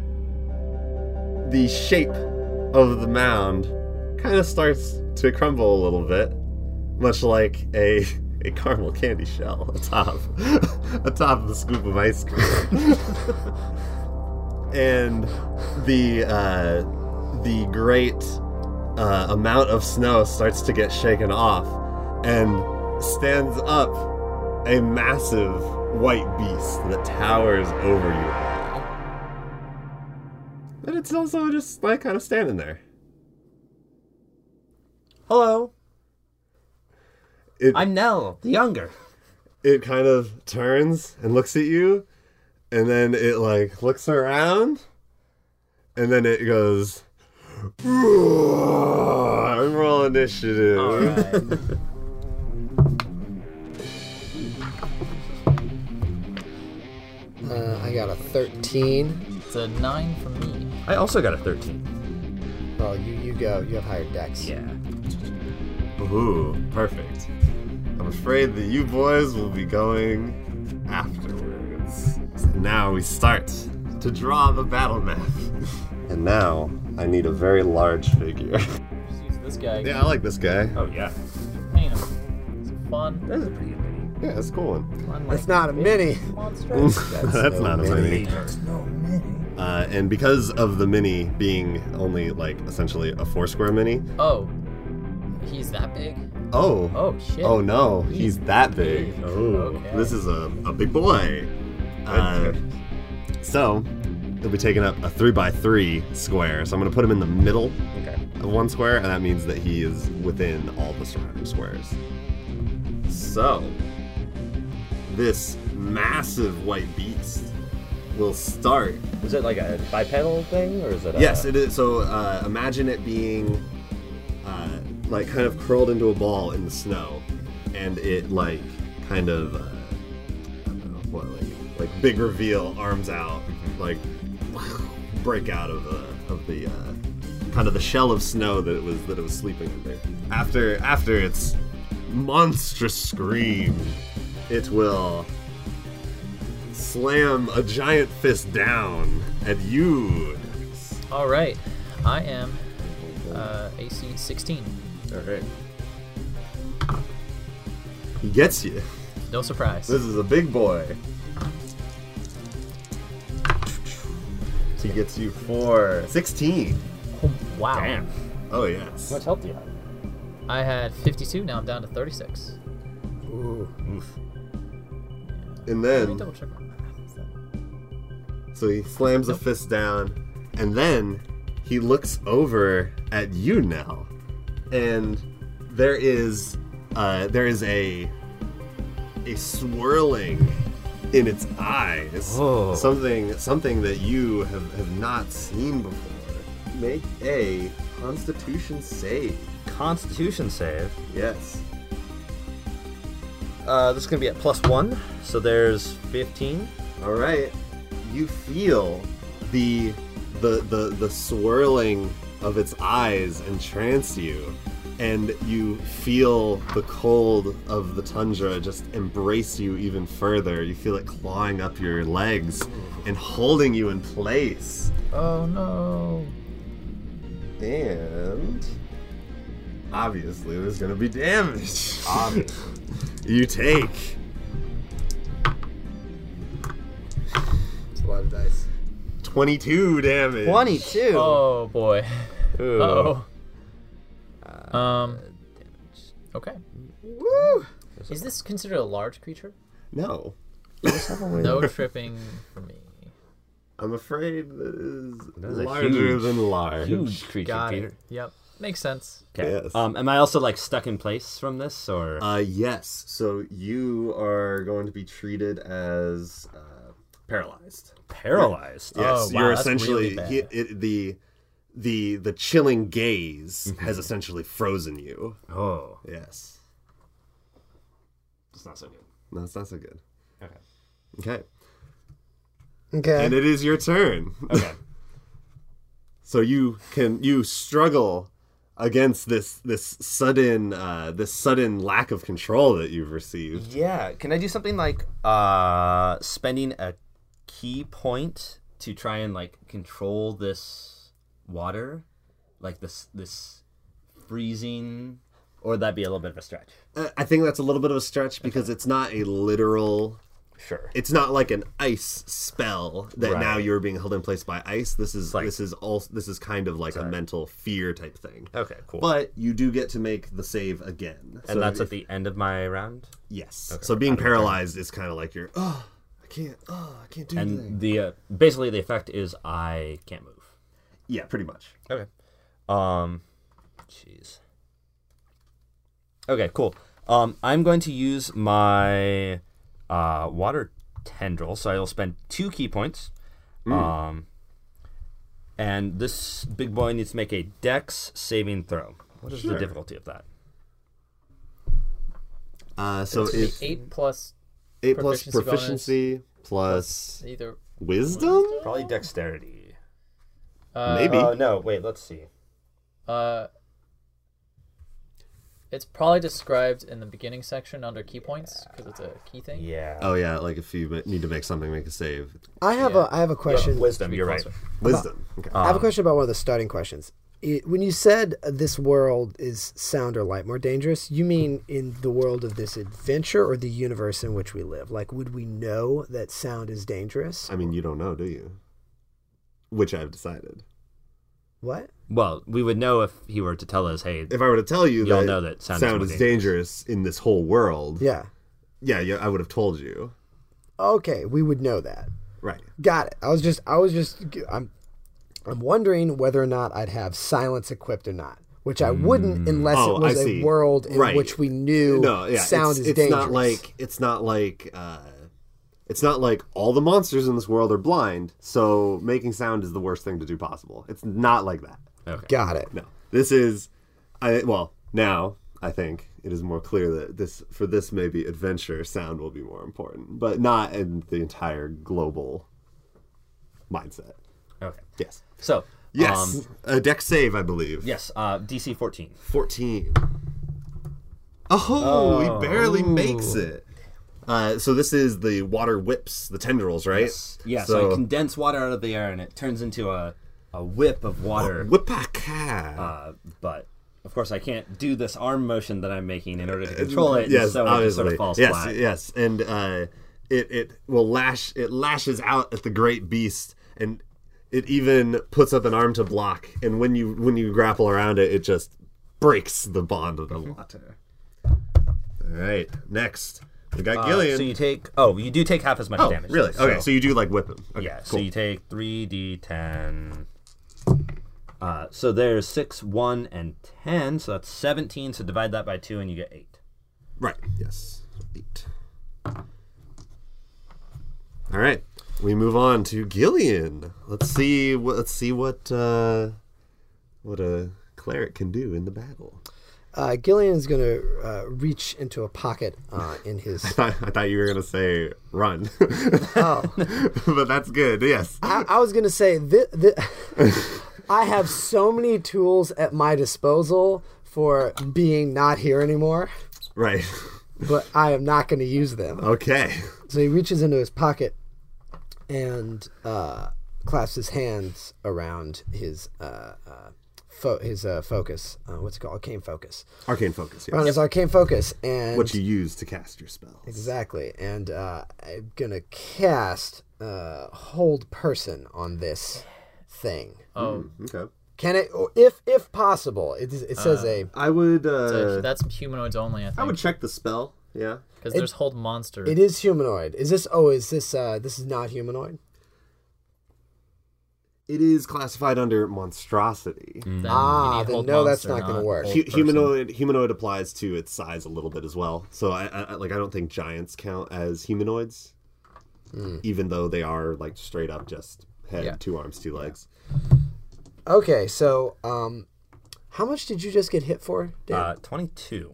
the shape of the mound kind of starts to crumble a little bit, much like a a caramel candy shell <laughs> atop atop of the scoop of ice cream. <laughs> and the uh, the great uh, amount of snow starts to get shaken off and stands up a massive white beast that towers over you. But it's also just like kind of standing there. Hello, It I'm Nell, the younger. it kind of turns and looks at you, and then it like looks around, and then it goes. "Roar!" And roll initiative. Uh, I got a 13. It's a nine for me. I also got a 13. Oh, you, you go. You have higher decks. Yeah. Ooh, perfect. I'm afraid that you boys will be going afterwards. So now we start to draw the battle map. <laughs> And now I need a very large figure. Just use this <laughs> guy. yeah, I like this guy. Oh yeah. Paint him. It's fun. That is a pretty good mini. Yeah, that's a cool one. fun That's like, not a mini. monster. <laughs> That's, no not a mini. mini. Uh, and because of the mini being only like essentially a four square mini. oh, he's that big. Oh. Oh shit. Oh no, he's that big. big. Oh, Okay. this is a, a big boy. Uh, um, so, he'll be taking up a three by three square. So I'm gonna put him in the middle Okay. of one square, and that means that he is within all the surrounding squares. So, this massive white beast will start Was it like a bipedal thing, or is it? A... Yes, it is. So uh, imagine it being uh, like kind of curled into a ball in the snow, and it like kind of uh, I don't know what like like big reveal, arms out, like break out of the of the uh, kind of the shell of snow that it was that it was sleeping under. After after its monstrous scream. It will slam a giant fist down at you. All right, I am uh, AC 16. All right. He gets you. No surprise. This is a big boy. He gets you for 16. Wow. Oh, yes. How much health do you have? I had 52. Now I'm down to 36. And Let me then, double check. my math. so he slams a fist down, and then he looks over at you now, and there is, uh, there is a, a swirling in its eyes. Oh. Something, something that you have, have not seen before. Make a Constitution save. Constitution save. Yes. Uh, this is gonna be at plus one, so there's 15. All right. You feel the the the the swirling of its eyes entrance you, and you feel the cold of the tundra just embrace you even further. You feel it clawing up your legs and holding you in place. Oh no. And obviously, there's gonna be damage. you take It's a lot of dice. 22 damage. 22. Oh boy. Ooh. Oh. Um. Okay. Is this considered a large creature? No. No tripping for me. I'm afraid that is is a larger huge- than large. Huge creature, Got Peter. it. Yep. Makes sense. Okay. Yes. Um, am I also like stuck in place from this, or Uh, yes. So you are going to be treated as uh, paralyzed. paralyzed? Yes, Oh, wow, you're that's essentially really bad. he- it, the the the chilling gaze has essentially frozen you. Oh, Yes. it's not so good. No, it's not so good. Okay. Okay. Okay. And it is your turn. Okay. <laughs> so you can you struggle against this this sudden uh this sudden lack of control that you've received. yeah. Can I do something like uh spending a key point to try and like control this water, like this this freezing, or would that be a little bit of a stretch? Uh, I think that's a little bit of a stretch because it's not a literal. Sure. It's not like an ice spell that Right. now you're being held in place by ice. This is like- this is all this is kind of like a mental fear type thing. Okay. Cool. But you do get to make the save again. and that's at the end of my round. yes. so being paralyzed is kind of like you're. Oh, I can't. Oh, I can't do anything. And the uh, basically the effect is I can't move. Yeah, pretty much. Okay. Um, jeez. Okay, cool. Um, I'm going to use my uh, water tendril, so I will spend two key points. Um, and this big boy needs to make a Dex saving throw. What is the difficulty of that? Uh, so It's gonna be it's eight plus eight plus proficiency bonus. proficiency plus either. wisdom. Probably dexterity. Uh, Maybe. Oh no! Wait, let's see. Uh, it's probably described in the beginning section under key points because it's a key thing. Yeah. oh yeah, like if you ma- need to make something, make a save. I have a I have a question. Wisdom. You're right. Wisdom. Okay. I have a question about one of the starting questions. It, when you said uh, this world is sound or light more dangerous, you mean in the world of this adventure or the universe in which we live? Like, would we know that sound is dangerous? I mean, you don't know, do you? Which I've decided. What? Well, we would know if he were to tell us, "Hey, If I were to tell you You'll that, know that sound is more is dangerous in this whole world, Yeah. yeah, yeah, I would have told you. Okay, we would know that. Right. Got it. I was just I was just I'm I'm wondering whether or not I'd have silence equipped or not. Which I wouldn't unless Oh, it was I a see. world in Right. which we knew No, yeah, sound it's, is it's dangerous. not like it's not like uh, it's not like all the monsters in this world are blind, so making sound is the worst thing to do possible. It's not like that. Got it. No, this is, I well now I think it is more clear that this for this maybe adventure sound will be more important, but not in the entire global mindset. okay." Yes. So Yes. um, a deck save, I believe. yes. Uh, DC 14. 14. Oh, he barely makes it. Uh, so this is the water whips the tendrils, right? Yes. Yeah, so, So, I condense water out of the air and it turns into a, a whip of water. Whipaka. Uh, but of course, I can't do this arm motion that I'm making in order to control it. and Uh, yes, so it just obviously. sort of falls yes, flat. yes, and uh, it it will lash. It lashes out at the great beast, and it even puts up an arm to block. And when you when you grapple around it, it just breaks the bond of the water. All right, next we got Gillian. so you you take Oh, Uh, you do take half as much damage. really? though, Okay, so, you do like whip him. Okay, yeah, cool. so you take 3d10. Uh, so there's 6, 1, and 10. So that's 17. So divide that by 2 and you get 8. right. Yes. Eight. All right. We move on to Gillian. Let's see. What, let's see what uh, what a cleric can do in the battle. <laughs> Uh, Gillian's going to uh, reach into a pocket uh, in his. <laughs> I thought you were gonna say run, <laughs> Oh. but that's good. Yes. I, I was gonna say this. <laughs> I have so many tools at my disposal for being not here anymore, Right. <laughs> but I am not going to use them. Okay. So he reaches into his pocket and uh, clasps his hands around his uh, uh, fo- his uh, focus. Uh, what's it called? Arcane focus. Arcane focus. Around Yes. his arcane focus, and What you use to cast your spell. exactly. And uh, I'm gonna cast uh, hold person on this thing. Oh. Mm. Hmm, Okay. Can it, or if if possible, it, it says a I would. So Uh, that's humanoids only, I I would think, check the spell. Yeah. because there's hold monster. it is humanoid. Is this? Oh, is this? Uh, this is not humanoid. It is classified under monstrosity. Then you Ah, need then hold no, that's monster, not gonna not work. hold Hu- person. humanoid humanoid applies to its size a little bit as well. So I, I I- like I don't think giants count as humanoids, even though they are like straight up just head, Hmm. Yeah. two arms, two legs. Okay, so um, how much did you just get hit for? Dan? uh, 22.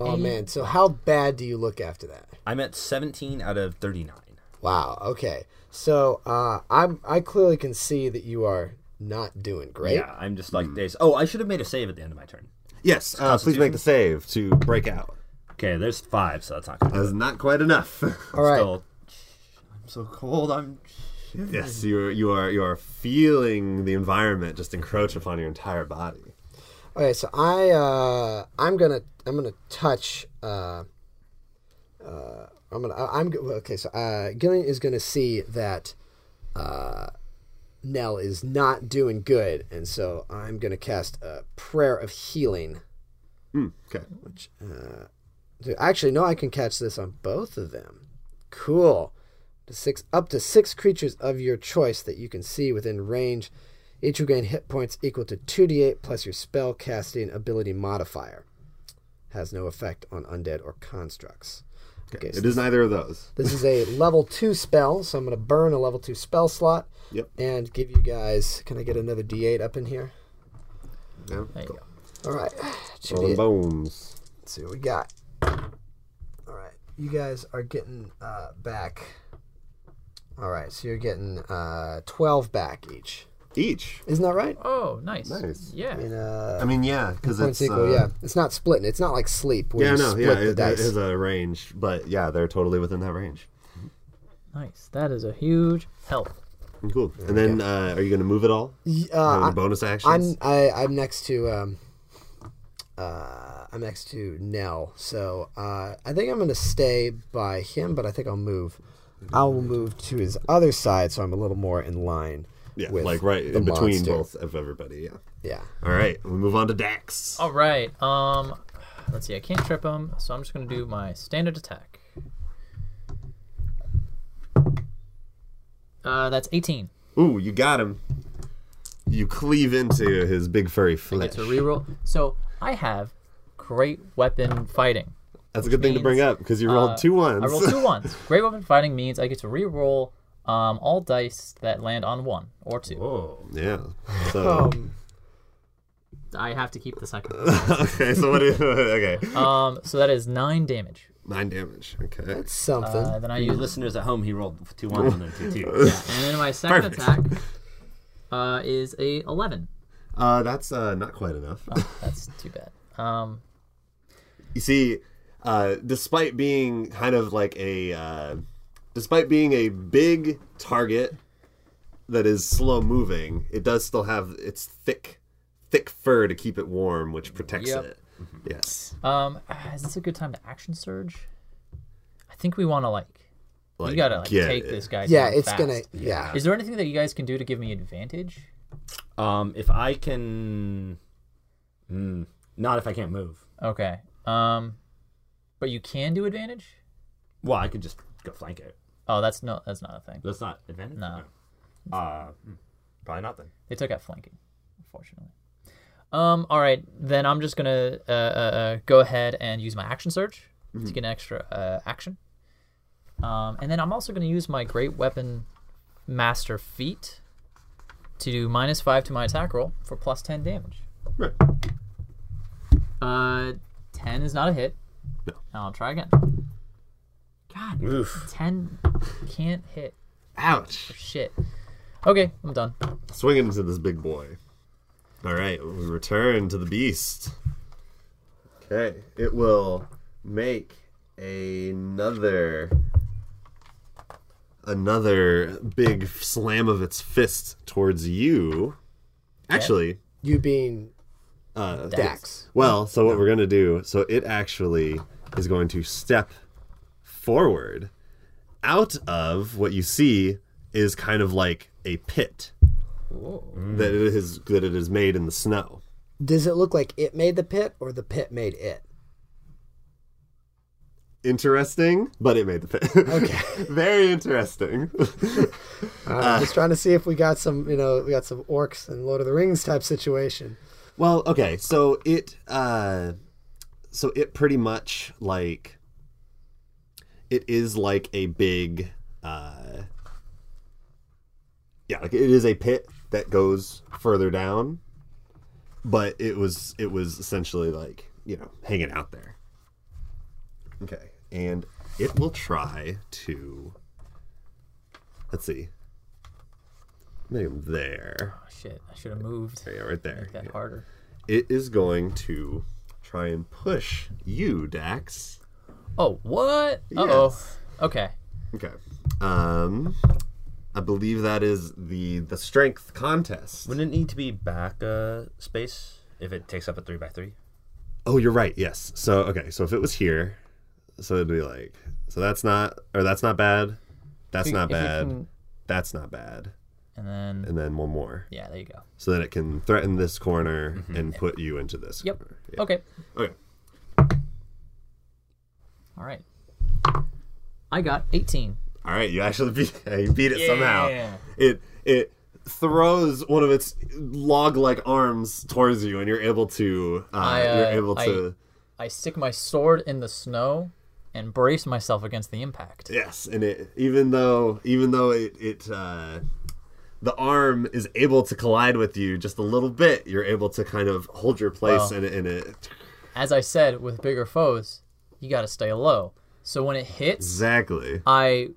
oh man, so how bad do you look after that? I'm at 17 out of 39. Wow. Okay, so uh, I'm I clearly can see that you are not doing great. Yeah, I'm just Hmm. like days. Oh, I should have made a save at the end of my turn. Yes. Uh, please make the save to break out. Okay, there's five, so that's not good. That's not quite enough. <laughs> All right. Still, I'm so cold. I'm. Yes, you are, you are you are feeling the environment just encroach upon your entire body. Okay, so I uh, I'm gonna I'm gonna touch. Uh, uh, I'm gonna I- I'm go- okay. So uh, Gillian is gonna see that uh, Nell is not doing good, and so I'm gonna cast a prayer of healing. Hmm, Okay. Which uh, dude, actually no, I can catch this on both of them. Cool. To six up to six creatures of your choice that you can see within range. Each will gain hit points equal to 2d8 plus your spell casting ability modifier. Has no effect on undead or constructs. Okay, so It is neither of those. this is a level two spell, so I'm going to burn a level two spell slot Yep. and give you guys. Can I get another d8 up in here? No. There you go. All right, two Rolling d8. bones. Let's see what we got. All right, you guys are getting uh, back. All right, so you're getting uh, 12 back each. Each. Isn't that right? Oh, nice. Nice. Yeah. In, uh, I mean, yeah, because points it's equal, uh, yeah. It's not splitting. It's not like sleep where Yeah, you no, split yeah, the it, it dice. is a range, but yeah, they're totally within that range. Nice. That is a huge help. Mm, Cool. And then, uh, are you going to move it all? Y- Any uh, bonus I, I'm actions? I, I'm next to um, uh, I'm next to Nell, so uh, I think I'm gonna stay by him, but I think I'll move. I will move to his other side, so I'm a little more in line. yeah, with like right the in between monster. both of everybody. Yeah. Yeah. All right, we move on to Dax. All right. Um, let's see. I can't trip him, so I'm just gonna do my standard attack. Uh, that's 18. Ooh, you got him. You cleave into his big furry flesh. It's a reroll. So I have great weapon fighting. That's a good thing to bring means, up because you rolled Uh, two ones. I rolled two ones. Great weapon fighting means I get to reroll um, all dice that land on one or two. Whoa. <laughs> <laughs> yeah. So Um, I have to keep the second. one. <laughs> okay, so what? Do you, <laughs> okay, <laughs> um, so that is nine damage. nine damage. Okay. that's something. Uh, then I You use this, listeners at home, he rolled two ones and then <laughs> two twos. yeah. and then my second Perfect. attack uh, is a eleven. Uh, that's uh, not quite enough. That's too bad. Um, you see, uh, despite being kind of like a, uh, despite being a big target that is slow moving, it does still have its thick, thick fur to keep it warm, which protects Yep. it. Yes. Um, ah, is this a good time to action surge? I think we want to like, Like, you gotta like get take it. this guy. Yeah, down it's fast. gonna. Yeah. Is there anything that you guys can do to give me advantage? Um, if I can, Hmm. not if I can't move. Okay. Um, but you can do advantage. Well, I could just go flank it. Oh, that's not that's not a thing. That's not advantage. No. No. Uh, hmm. probably not then. They took out flanking, unfortunately. Um, all right, then I'm just gonna uh, uh, uh, go ahead and use my action surge Mm-hmm. to get an extra uh, action, um, and then I'm also gonna use my great weapon master feat to do minus five to my attack roll for plus ten damage. Right. Uh, ten is not a hit. No. I'll try again. God, ten can't hit Ouch. shit. Okay, I'm done. Swinging into this big boy. All right, we return to the beast. Okay, it will make another another big slam of its fist towards you. Actually, You being uh, Dax. Well, so what we're gonna do? So it actually is going to step forward out of what you see is kind of like a pit that it is that it is made in the snow. Does it look like it made the pit or the pit made it? Interesting, but it made the pit. Okay, <laughs> very interesting. I'm just trying to see if we got some, you know, we got some orcs and Lord of the Rings type situation. Well, okay, so it uh so it pretty much like it is like a big uh yeah, like it is a pit that goes further down, but it was it was essentially like, you know, hanging out there. Okay. And it will try to let's see. Maybe I'm there. Oh, shit, I should have moved Yeah, right there. that Yeah. harder. It is going to try and push you, Dax. Oh, what? Uh oh. Yes. Okay. Okay. Um, I believe that is the the strength contest. Wouldn't it need to be back uh, space if it takes up a three by three? Oh, you're right. Yes. So okay. So if it was here, so it'd be like so that's not or that's not bad. That's If- not if you bad. can- That's not bad. And then, And then one more. yeah, there you go. So then it can threaten this corner and put you into this. Mm-hmm. Yep. Corner. Okay. Okay. All right. I got 18. All right, you actually beat, <laughs> you beat it somehow. It it throws one of its log-like arms towards you, and you're able to uh, I, uh, you're able to I stick my sword in the snow and brace myself against the impact. yes. And it even though even though it it uh, the arm is able to collide with you just a little bit, you're able to kind of hold your place, Wow. and it, and it As I said, with bigger foes, you got to stay low. So when it hits, exactly I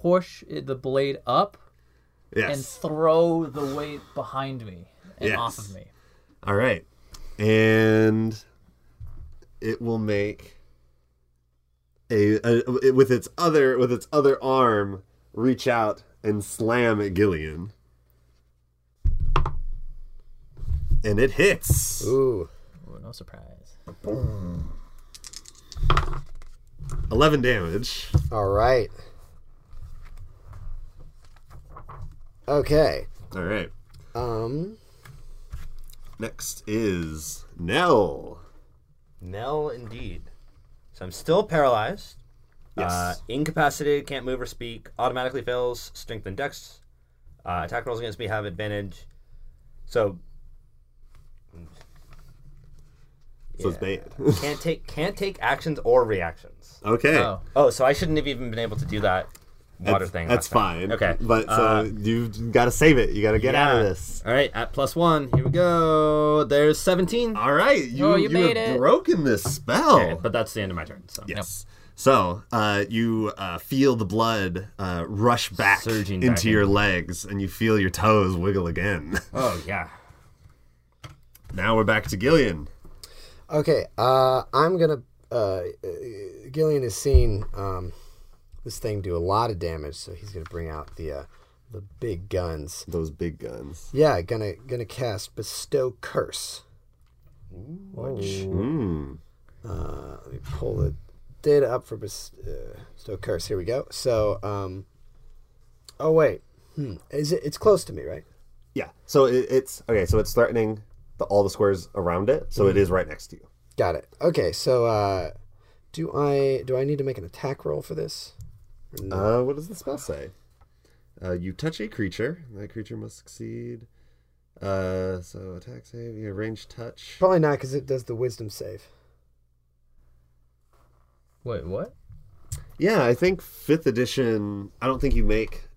push it, the blade up and yes. throw the weight behind me and Yes. off of me. All right, and it will make a, a- with its other with its other arm reach out and slam at Gillian, and it hits. Ooh, Ooh, no surprise. Eleven damage. all right. Okay. All right. Um, Next is Nell. Nell, indeed. So I'm still paralyzed. Uh, incapacitated, can't move or speak. Automatically fails strength and dex. Uh, attack rolls against me have advantage. So so it's <laughs> banned. <laughs> can't take can't take actions or reactions. okay. Oh. Oh, so I shouldn't have even been able to do that water That's, thing. that's last time. fine. Okay, But so uh, you've got to save it. You got to get out of Yeah. this. All right, at plus one. Here we go. There's 17. All right. You, Oh, you, you made have it. broken this spell. Okay, but that's the end of my turn. So. Yes. So uh, you uh, feel the blood uh, rush back Surging into back your legs, and you feel your toes wiggle again. <laughs> Oh yeah. now we're back to Gillian. okay. Uh, I'm gonna uh, uh, Gillian has seen um, this thing do a lot of damage, so he's going to bring out the uh, the big guns. Those big guns. Yeah, gonna gonna cast bestow curse. Which Mm. uh, let me pull the data up for bes- uh, bestow curse. Here we go. So, um, oh wait, hmm. is it? It's close to me, right? Yeah. So it, it's okay. So it's threatening the, all the squares around it. So it is right next to you. Got it. Okay, so uh, do I do I need to make an attack roll for this? Uh, what does the spell say? Uh, you touch a creature. That creature must succeed. Uh, so attack save. Yeah, range touch. Probably not, because it does the wisdom save. Wait, what? Yeah, I think fifth edition. I don't think you make.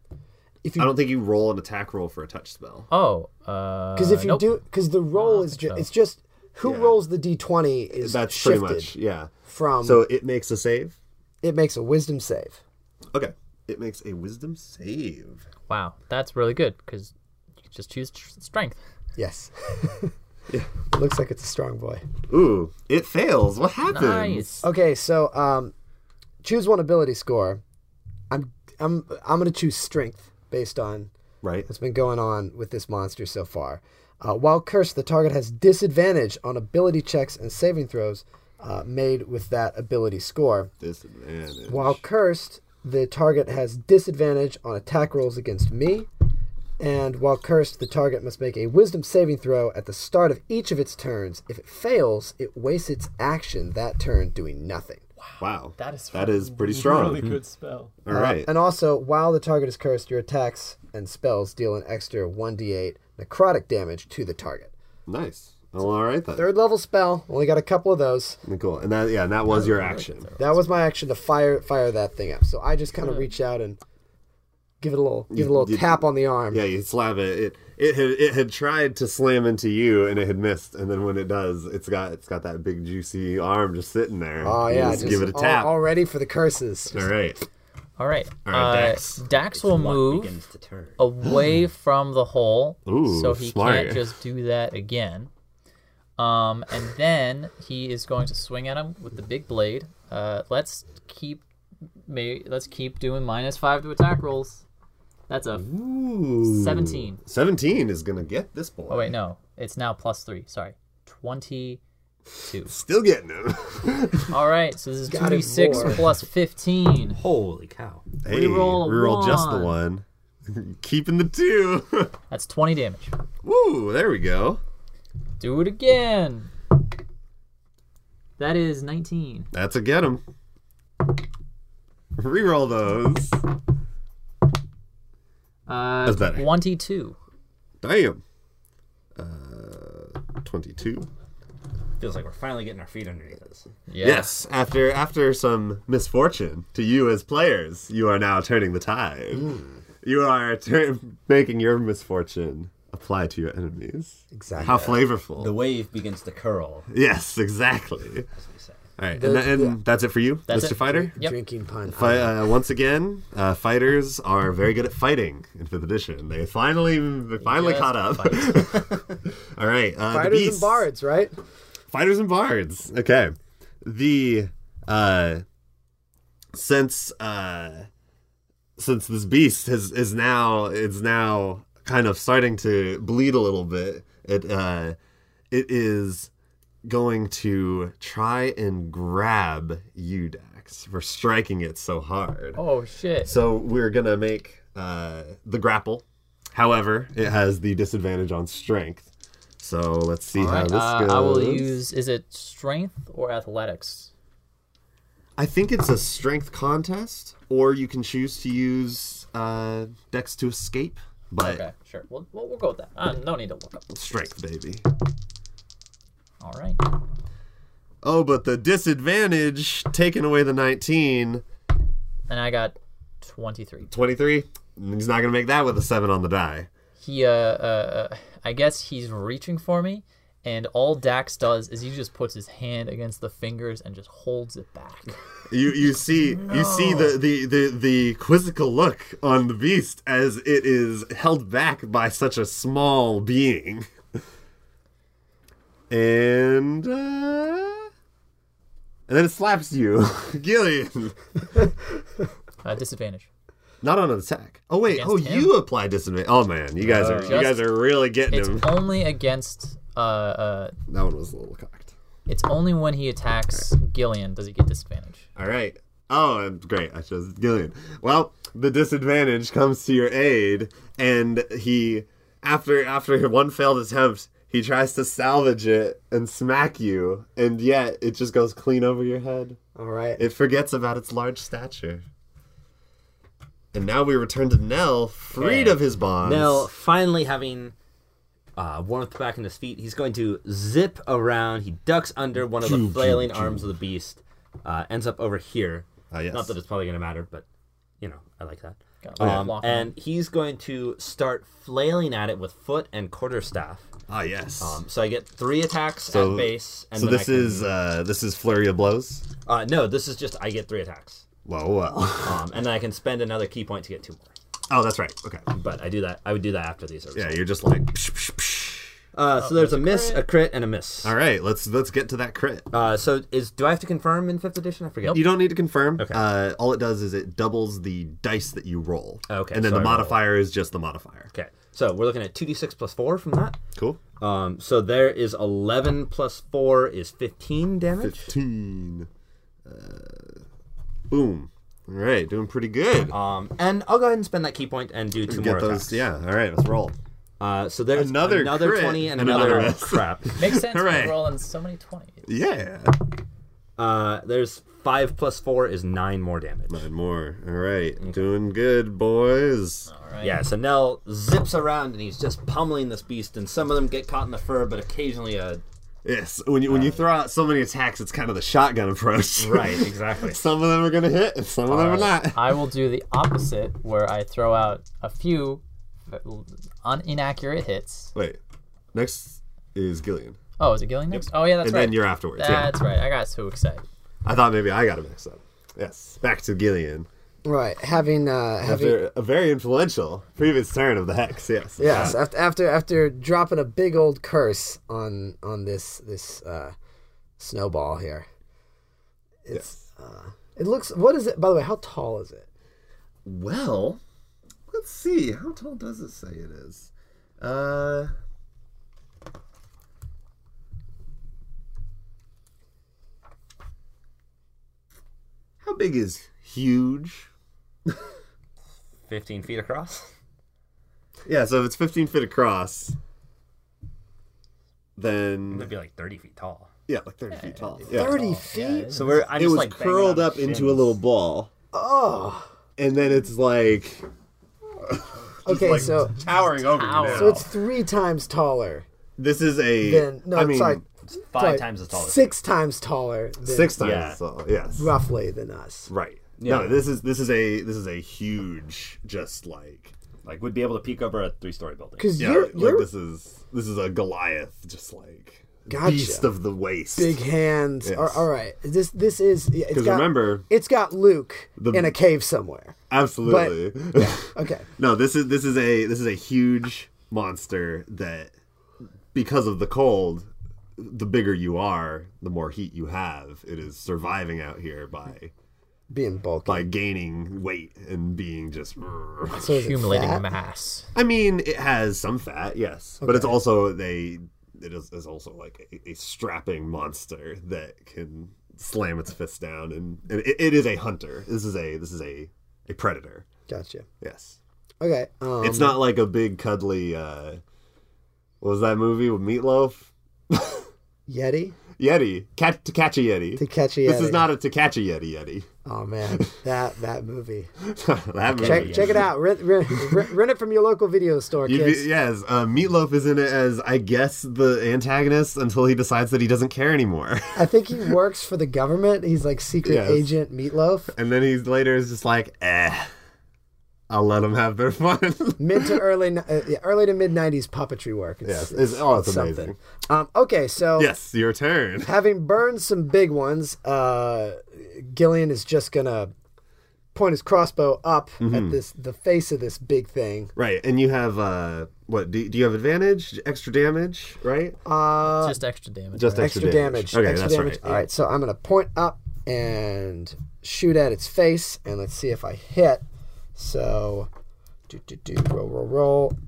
If I you don't think you roll an attack roll for a touch spell. Oh, uh. because if you nope. do because the roll is just it's just who Yeah. rolls the d twenty is That's shifted Um, pretty much yeah. from so it makes a save. it makes a wisdom save. Okay, it makes a wisdom save. Wow, that's really good because you can just choose tr- strength. Yes. Looks like it's a strong boy. Ooh, it fails. What happens? Nice. Okay, so um, choose one ability score. I'm I'm I'm gonna choose strength based on Right. that's been going on with this monster so far. Uh, while cursed, the target has disadvantage on ability checks and saving throws uh, made with that ability score. Disadvantage. While cursed, the target has disadvantage on attack rolls against me. And while cursed, the target must make a wisdom saving throw at the start of each of its turns. If it fails, it wastes its action that turn doing nothing. Wow. That is that is pretty strong. Hmm. Really good spell. All right. Uh, And also, while the target is cursed, your attacks and spells deal an extra 1d8 necrotic damage to the target. nice. Well, all right then. Third level spell, only got a couple of those. Cool. And that yeah, and that Uh, was your action. That was my action to fire fire that thing up. So I just kind of reach out and give it a little give it a little you- tap on the arm. Yeah, you slap it. It it had it had tried to slam into you and it had missed. And then when it does, it's got it's got that big juicy arm just sitting there. Oh You yeah, just, just give it a all- tap. all ready for the curses. all right. All right. All right, uh, Dax. will Luck move begins to turn. <gasps> away from the hole, Ooh, so he smart. can't just do that again. Um, and then he is going to swing at him with the big blade. Uh, let's keep, may let's keep doing minus five to attack rolls. That's a Ooh. seventeen. Seventeen is gonna get this boy. Oh wait, no, it's now plus three. Sorry, twenty-two. Still getting him. All right, so this is two Got it d six more. plus fifteen. Holy cow! hey, Reroll a reroll just the one. <laughs> Keeping the two. <laughs> That's twenty damage. Woo! There we go. Do it again. That is nineteen. That's a get him. Reroll those. Uh, That's better. Twenty-two. Damn. Uh, twenty-two. Feels like we're finally getting our feet underneath us. Yeah. Yes, after after some misfortune to you as players, you are now turning the tide. You are tur making your misfortune apply to your enemies. Exactly. How flavorful! The wave begins to curl. yes, exactly. As we say. All right, The- and, and that's it for you, That's Mr. it. Fighter. Yep. Drinking pun. Fi uh, once again, uh, fighters are very good at fighting in Fifth Edition. They finally they finally Yes, caught up. <laughs> All right, uh, the Fighters and beast. bards, right? Fighters and bards. Okay. The uh since uh since this beast has is now is now kind of starting to bleed a little bit, it uh it is going to try and grab you, Dax, for striking it so hard. Oh shit. So we're gonna make uh, the grapple. However, it has the disadvantage on strength. So let's see how Alright, this uh, goes. I will use. Is it strength or athletics? I think it's a strength contest, or you can choose to use uh, dex to escape, but Okay, sure. We'll, we'll, we'll go with that. Uh, no need to look up. strength, baby. All right. Oh, but the disadvantage taking away the 19, And I got twenty-three. 23. He's not gonna make that with a seven on the die. He, uh, uh, I guess he's reaching for me, and all Dax does is he just puts his hand against the fingers and just holds it back. You you see you see the, the, the, the quizzical look on the beast as it is held back by such a small being. <laughs> And uh, and then it slaps you, <laughs> Gillian. Uh, disadvantage. Not on an attack. Oh wait, Against oh him. you apply disadvantage. Oh man, you guys are you Just- guys are really getting It's him. only against. Uh, uh, That one was a little cocked. it's only when he attacks Gillian does he get disadvantage. All right. Oh, and- great. I chose Gillian. Well, the disadvantage comes to your aid, and he, after after one failed attempt, he tries to salvage it and smack you, and yet it just goes clean over your head. All right. It forgets about its large stature. And now we return to Nell, freed Okay. of his bonds. Now, finally having uh, warmth back in his feet, he's going to zip around. He ducks under one of the flailing arms of the beast, uh, ends up over here. Ah, yes. Not that it's probably going to matter, but, you know, I like that. Got a Um, lock on. and he's going to start flailing at it with foot and quarterstaff. ah, yes. Um, so I get three attacks So- at base. And so then I this can- is uh, this is flurry of blows. uh, no, this is just I get three attacks. Well, well. <laughs> Um, and then I can spend another key point to get two more. Oh, that's right. Okay. But I do that. I would do that after these are. Yeah, resolved. you're just like. psh, psh, psh. Uh, so there's a miss, a crit, and a miss. All right, let's let's get to that crit. Uh, so is do I have to confirm in fifth edition? I forget. You don't need to confirm. Okay. Uh, all it does is it doubles the dice that you roll. Okay, And then so the I roll- modifier is just the modifier. Okay. So we're looking at two d six plus four from that. Cool. Um, so there is eleven plus four is fifteen damage. Fifteen. Uh, boom. All right, doing pretty good. Um, and I'll go ahead and spend that key point and do two more get those. attacks. Yeah. All right, let's roll. Uh, so there's Another another, crit twenty and, and another, another miss. <laughs> crap. Makes sense. Hooray. We're rolling so many twenties. Yeah. Uh, there's five plus four is nine more damage. Nine more. All right, doing good, boys. Yeah, so Nell zips around and he's just pummeling this beast, and some of them get caught in the fur, but occasionally a Yes. When you when you throw out so many attacks, it's kind of the shotgun approach. <laughs> <laughs> exactly. some of them are gonna hit, and some of them are not. I will do the opposite, where I throw out a few uh, un- inaccurate hits. Wait. Next is Gillian. Oh, is it Gillian next? Oh yeah, that's and right. then you're afterwards. yeah. that's right. I got so excited. I thought maybe I got it mixed up. Yes. Back to Gillian. Right. Having uh having After a very influential previous turn of the Hex, yes. Uh, Yes, after, after after dropping a big old curse on on this this uh, snowball here. It's uh, it looks what is it by the way, how tall is it? Well, let's see. How tall does it say it is? Uh. How big is huge? Fifteen feet across. Yeah, so if it's 15 feet across, then It'd be like thirty feet tall. yeah, like 30 feet tall. Yeah. Thirty feet? So we're I'm it just was like banging curled on up his into a shins. little ball. Oh and then it's like okay, so towering over Ow. so it's three times taller This is a than no I mean, sorry, five sorry, times as tall. as Six times taller than six times. Yeah. So, yes, roughly than us. right. No, this is this is a this is a huge, just like Like would be able to peek over a three story building. Because yeah, you're, like you're this is this is a Goliath, just like Gotcha. beast of the waste. big hands. Yes. All- all right. This this is yeah, it's 'Cause got remember- it's got Luke The- in a cave somewhere. Absolutely. Okay. <laughs> no, this is this is a this is a huge monster that because of the cold, the bigger you are, the more heat you have. It is surviving out here by Being bulky. by gaining weight and being just. <laughs> So is it Accumulating fat? mass. I mean, it has some fat, yes, but it's also they. It is, is also like a, a strapping monster that can slam its fist down, and, and it, it is a hunter. This is a this is a a predator. Gotcha. Yes, Okay. Um, it's not like a big cuddly. uh What was that movie with Meatloaf? Yeti Yeti, cat to catch a yeti. to catch a Yeti. This is not a to catch a yeti yeti. <laughs> Oh man, that that movie. that movie. Check check it out. Rent, rent, rent, rent it from your local video store, You'd kids. Be, yes, uh, Meatloaf is in it as, I guess, the antagonist until he decides that he doesn't care anymore. <laughs> I think he works for the government. He's like secret Yes. agent Meatloaf. and then he later is just like, eh, I'll let them have their <laughs> fun. Mid to early, ni- uh, yeah, early to mid '90s puppetry work. It's, yes, it's, oh, it's something. amazing. Um, okay, so Yes, your turn. having burned some big ones, uh, Gillian is just gonna point his crossbow up Mm-hmm. at this the face of this big thing. Right, and you have uh, what? Do, do you have advantage, extra damage, right? Uh, just extra <laughs> damage. Just extra, damage. Okay, extra that's damage. right. All right, so I'm gonna point up and shoot at its face, and let's see if I hit. So, do do do roll roll roll.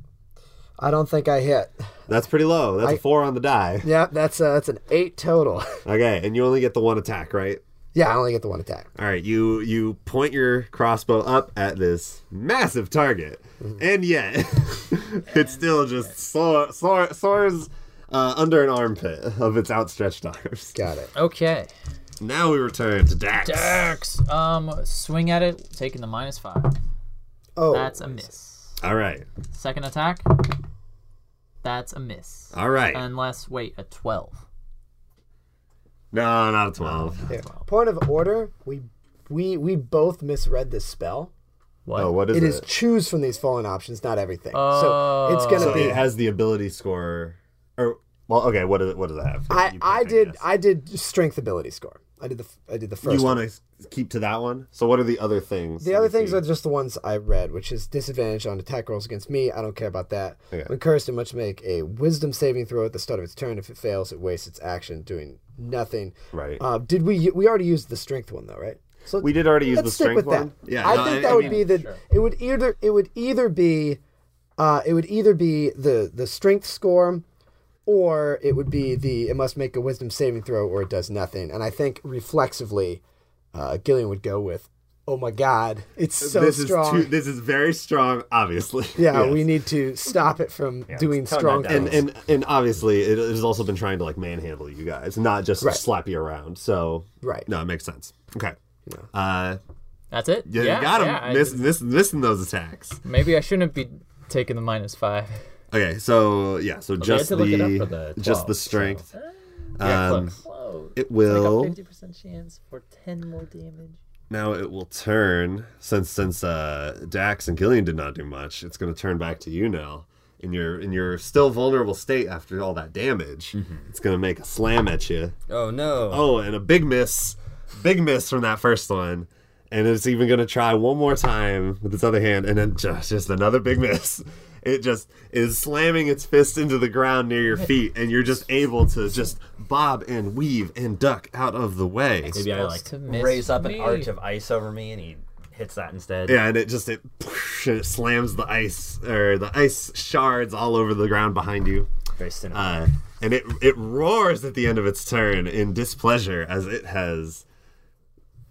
I don't think I hit. That's pretty low. That's a four on the die. Yeah, that's uh, that's an eight total. <laughs> Okay, and you only get the one attack, right? yeah, I only get the one attack. All right, you you point your crossbow up at this massive target, Mm-hmm. and yet <laughs> it still just soar, soar, soars uh, under an armpit of its outstretched arms. Got it. Okay. Now we return to Dax. Dax. Um, swing at it, taking the minus five. Oh, That's a miss. All right, Second attack. That's a miss. all right. Uh, Unless wait, a twelve. no, not a twelve. there. point of order. We we we both misread this spell. What? Oh, what is It it? Oh. is choose from these fallen options, not everything. so it's gonna so be. it has the ability score, or well, okay. What does what does that have? I, You pick, I did guess. I did strength ability score. I did the f- I did the first. you one. want to keep to that one? So what are the other things? The that other you things see? are just the ones I read, which is disadvantage on attack rolls against me. I don't care about that. Okay. When cursed, it must make a wisdom saving throw at the start of its turn. If it fails, it wastes its action, doing nothing. Right. Uh, did we? We already used the strength one though, right? So we did already use let's the stick strength with one. that. I no, think that would be the. It would either. It would either be. Uh, it would either be the the strength score, or it would be the it must make a wisdom saving throw or it does nothing. And I think reflexively, uh, Gillian would go with, "Oh my God, it's so this strong." is too, this is very strong, obviously. yeah, Yes. we need to stop it from tone doing that strong down. and things. and and obviously it has also been trying to like manhandle you guys, not just Right. slap you around. So Right. no, it makes sense. Okay. Uh, That's it. yeah, you got him I- miss, miss, missing those attacks. maybe I shouldn't be taking the minus five. Okay, so yeah, so had just to look it up the, for the just 12, the so- strength. Yeah, Um, close. Whoa. It will Fifty percent chance for ten more damage. now it will turn since since uh, Dax and Gillian did not do much. It's going to turn back to you now. In your in your still vulnerable state after all that damage, Mm-hmm. it's going to make a slam at you. Oh no. Oh, and a big miss. Big miss from that first one. And it's even going to try one more time with its other hand, and then just, just another big miss. <laughs> It just is slamming its fist into the ground near your feet, and you're just able to just bob and weave and duck out of the way. Maybe I like Supposed to miss raise up an me. arch of ice over me, and he hits that instead. Yeah, and it just it, <laughs> and it slams the ice or the ice shards all over the ground behind you. Very cinematic. Uh, and it it roars at the end of its turn in displeasure as it has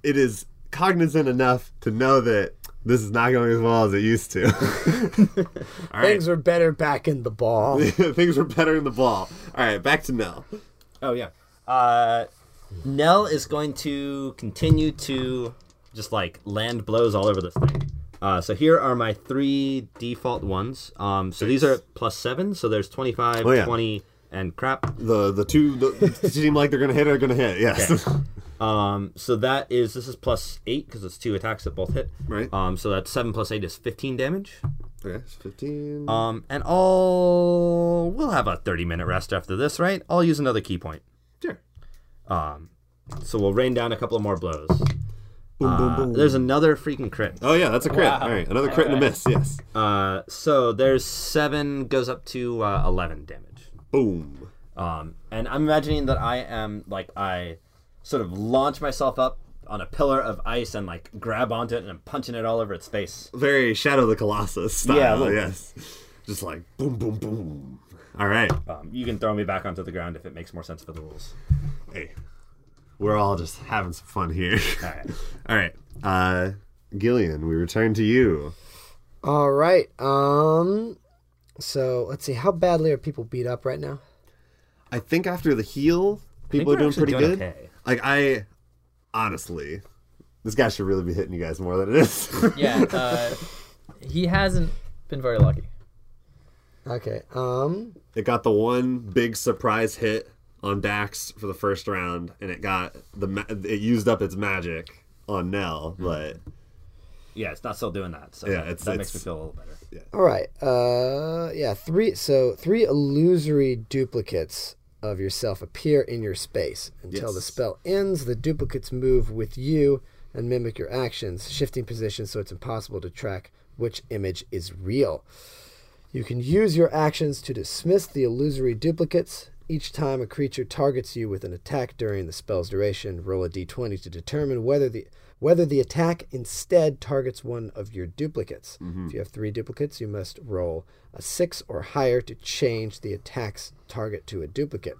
it is cognizant enough to know that this is not going as well as it used to. <laughs> All right. things were better back in <laughs> the ball. Things were better in the ball. All right, back to Nell. oh yeah. Uh, Nell is going to continue to just like land blows all over this thing. Uh, so here are my three default ones. Um, so these are plus seven. So there's 25, yeah. 20, and crap. The the two that seem like they're going to hit are going to hit. Yes. <laughs> Um, so that is this is plus eight because it's two attacks that both hit. Right. Um, so that's seven plus eight is fifteen damage. okay, it's 15. Um, and all we'll have a thirty minute rest after this, right? I'll use another key point. Sure. So we'll rain down a couple of more blows. Uh, there's another freaking crit. Oh yeah, that's a crit. All right, another crit and a miss. Yes. Uh, so there's seven goes up to uh, eleven damage. Boom. Um, and I'm imagining that I am like I sort of launch myself up on a pillar of ice and like grab onto it and I'm punching it all over its face. very Shadow of the Colossus style. Yeah, look. yes. Just like boom, boom, boom. All right. Um, you can throw me back onto the ground if it makes more sense for the <laughs> rules. Hey, we're all just having some fun here. All right. <laughs> all right. Uh, Gillian, we return to you. All right. Um. So let's see. How badly are people beat up right now? I think after the heal, people we're are doing actually pretty doing good. okay. Like I, honestly, this guy should really be hitting you guys more than it is. <laughs> Yeah. Uh, he hasn't been very lucky. Okay. Um. it got the one big surprise hit on Dax for the first round, and it got the ma- it used up its magic on Nell, Hmm. but Yeah, it's not still doing that. So Yeah, that- it's- that it's- makes me feel a little better. All right. Uh, yeah. Three. So three illusory duplicates of yourself appear in your space until the Yes. spell ends. The duplicates move with you and mimic your actions, shifting positions so it's impossible to track which image is real. You can use your actions to dismiss the illusory duplicates. Each time a creature targets you with an attack during the spell's duration, roll a d20 to determine whether the whether the attack instead targets one of your duplicates. If you have three duplicates, you must roll a six or higher to change the attack's target to a duplicate.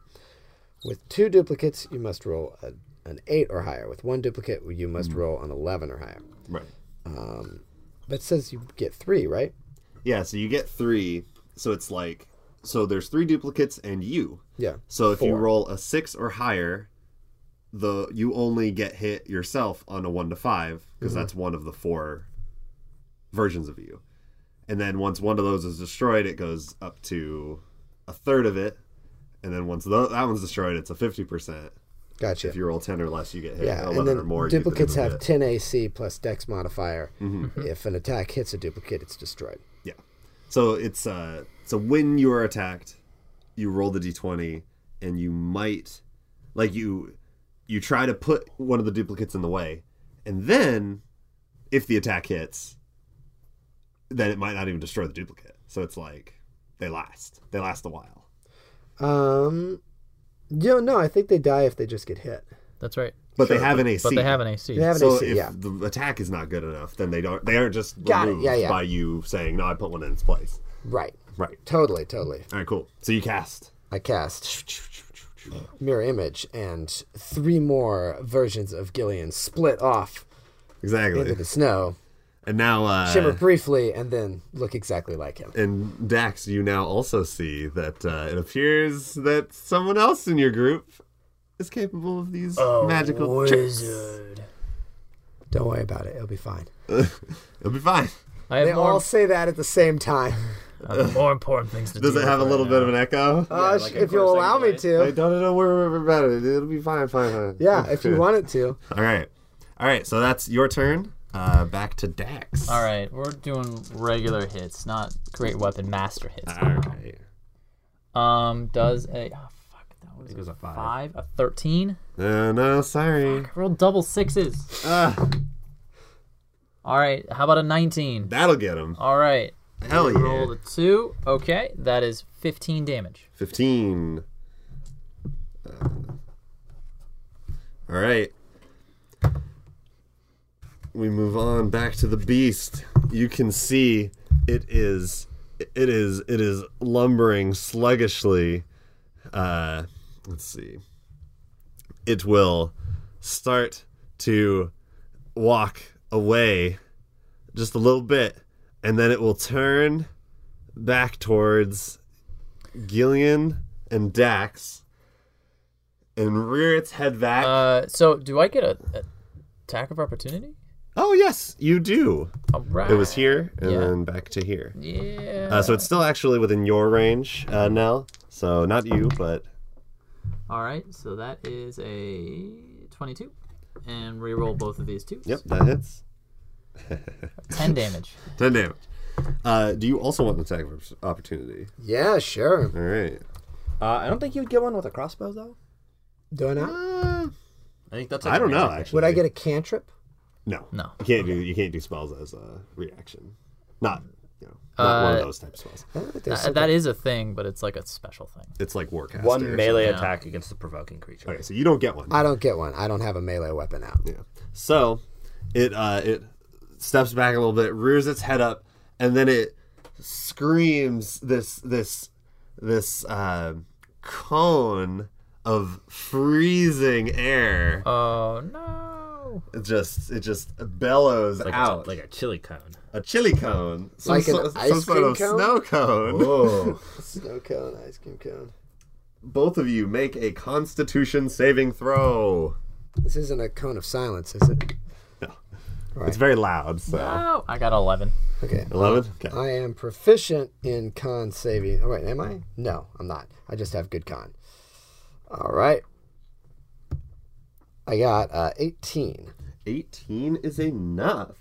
With two duplicates, you must roll a, an eight or higher. With one duplicate, you must roll an eleven or higher. Right. But it says you get three, right? Yeah, so you get three. So it's like, so there's three duplicates and you. Yeah. So if you Four. roll a six or higher, the you only get hit yourself on a one to five because Mm-hmm. that's one of the four versions of you. And then once one of those is destroyed, it goes up to a third of it. And then once tho- that one's destroyed, it's a fifty percent. Gotcha. If you roll ten or less, you get hit. yeah, and Eleven or then more, you get Mm-hmm. the duplicates have duplicate. 10 AC plus Dex modifier. If an attack hits a duplicate, it's destroyed. Yeah. So it's uh so when you are attacked, you roll the d20 and you might like you you try to put one of the duplicates in the way and then if the attack hits then it might not even destroy the duplicate. So it's like they last. They last a while. Um, you know, no, I think they die if they just get hit. That's right. But they have an AC. But they have an AC. They have an so AC, if yeah. the attack is not good enough, then they don't. They aren't just Got it, removed yeah, yeah. by you saying, "No, I put one in its place." Right. Right. Totally, totally. All right. Cool. So you cast. I cast mirror image, and three more versions of Gillian split off into Exactly. the snow, And now uh, shimmer briefly, and then look exactly like him. And Dax, you now also see that uh, it appears that someone else in your group is capable of these Oh, magical tricks. Don't worry about it; it'll be fine. It'll be fine. I have They more, all say that at the same time. I have more important things to do. Does it have a with little right bit now. of an echo? Uh, sh- if you'll allow me I <laughs> to, don't know where we're about it. It'll be fine, fine, fine. yeah, if you want it to. All right, all right. So that's your turn. Uh, back to Dax. All right, we're doing regular hits, not great weapon master hits. All right. Um, does a oh, fuck that was, was a five. five a thirteen. Uh, no, sorry. Roll double sixes. Ah, All right, how about a nineteen? that'll get him. All right, Oh, Hell roll yeah. the two. Okay, that is fifteen damage. Fifteen. Uh, all right. we move on back to the beast you can see it is it is it is lumbering sluggishly uh let's see it will start to walk away just a little bit and then it will turn back towards Gillian and Dax and rear its head back Uh, so do I get a, a attack of opportunity? oh yes you do All right. It was here and Yeah. then back to here. Yeah. Uh, so it's still actually within your range, uh, Nell. So not you, but All right, so that is a twenty-two, and reroll both of these two. yep, that hits. Ten damage. Ten damage. Uh, do you also want an attack of opportunity? Yeah, sure. All right. Uh, I don't think you'd get one with a crossbow though. Do I not? Uh, I think that's. Like I don't a know. magic Actually, Would I get a cantrip? no? No. You can't do you can't do spells as a reaction. Not you know not one of Uh, those type of spells. I don't think there's That, that is a thing, but it's like a special thing. It's like warcaster. or One something. melee attack against the provoking creature. Okay, so you don't get one. I don't get one. I don't have a melee weapon out. Yeah. So it uh, it steps back a little bit, rears its head up, and then it screams this this this uh, cone of freezing air. Uh, Oh no! It just it just bellows Like out a, like a chili cone. a chili cone, some, Like an sort- ice some sort cream of cone? snow cone. Oh. Snow cone, ice cream cone. <laughs> Both of you make a Constitution saving throw. This isn't a cone of silence, is it? It's very loud. So Oh, I got eleven. Okay. Uh, eleven. Okay. I am proficient in con saving. Oh, wait, am I? No, I'm not. I just have good con. All right. I got uh, 18. 18 is enough.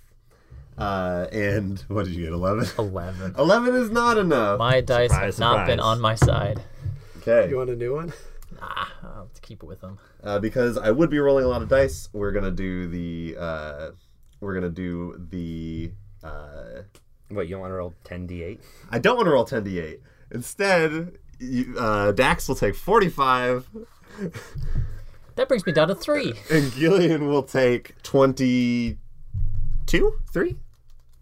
Uh, and what did you get? <laughs> 11? Eleven. 11 is not enough. My dice Surprise, have not been surprise. on my side. Okay. You want a new one? I'll have to keep it with them. uh, because I would be rolling a lot of dice. We're gonna do the uh, we're gonna do the uh, What you don't want to roll ten d8? I don't want to roll ten d8. Instead, you, uh, Dax will take forty five, That brings me down to three. and Gillian will take twenty two, three.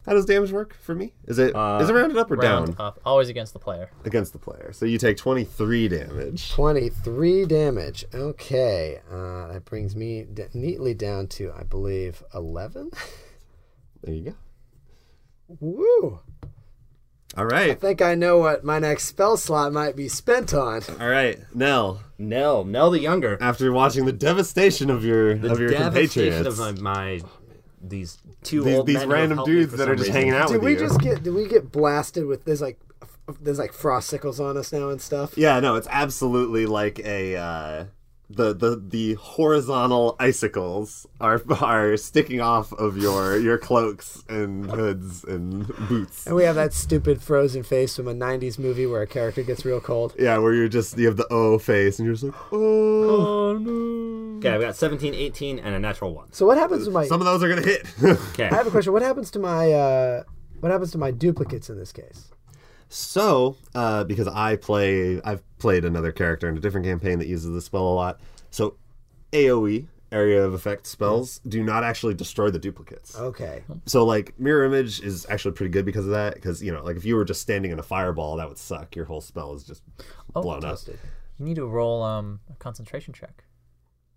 How does damage work for me? Is it is it rounded up or Uh, Round down up, always against the player. against the player? So you take twenty three damage. 23 damage. Okay. Uh, that brings me d- neatly down to, I believe, 11. There you go. Woo! All right, think I know what my next spell slot might be spent on. all right. Nell, Nell, Nell the younger. after watching the devastation of your of your compatriots, devastation of my, my these two these, old these men who have random helped me dudes for that some are just reason. hanging out Did with we you. just get? Did we get blasted with? There's like, f- there's like frosticles on us now and stuff. Yeah, no, it's absolutely like a uh, the the the horizontal icicles are are sticking off of your your cloaks and hoods and boots. And we have that stupid frozen face from a '90s movie where a character gets real cold. Yeah, where you're just you have the O face and you're just like oh. Okay, I've got 17, 18, and a natural one. So what happens to Oh. my? Some of those are gonna hit. <laughs> Okay. I have a question. What happens to my? Uh, what happens to my duplicates in this case? so, uh, because I play, I've played another character in a different campaign that uses this spell a lot. So, AOE area of effect spells do not actually destroy the duplicates. Okay. so like mirror image is actually pretty good because of that because you know like if you were just standing in a fireball that would suck your whole spell is just blown up You need to roll um, a concentration check.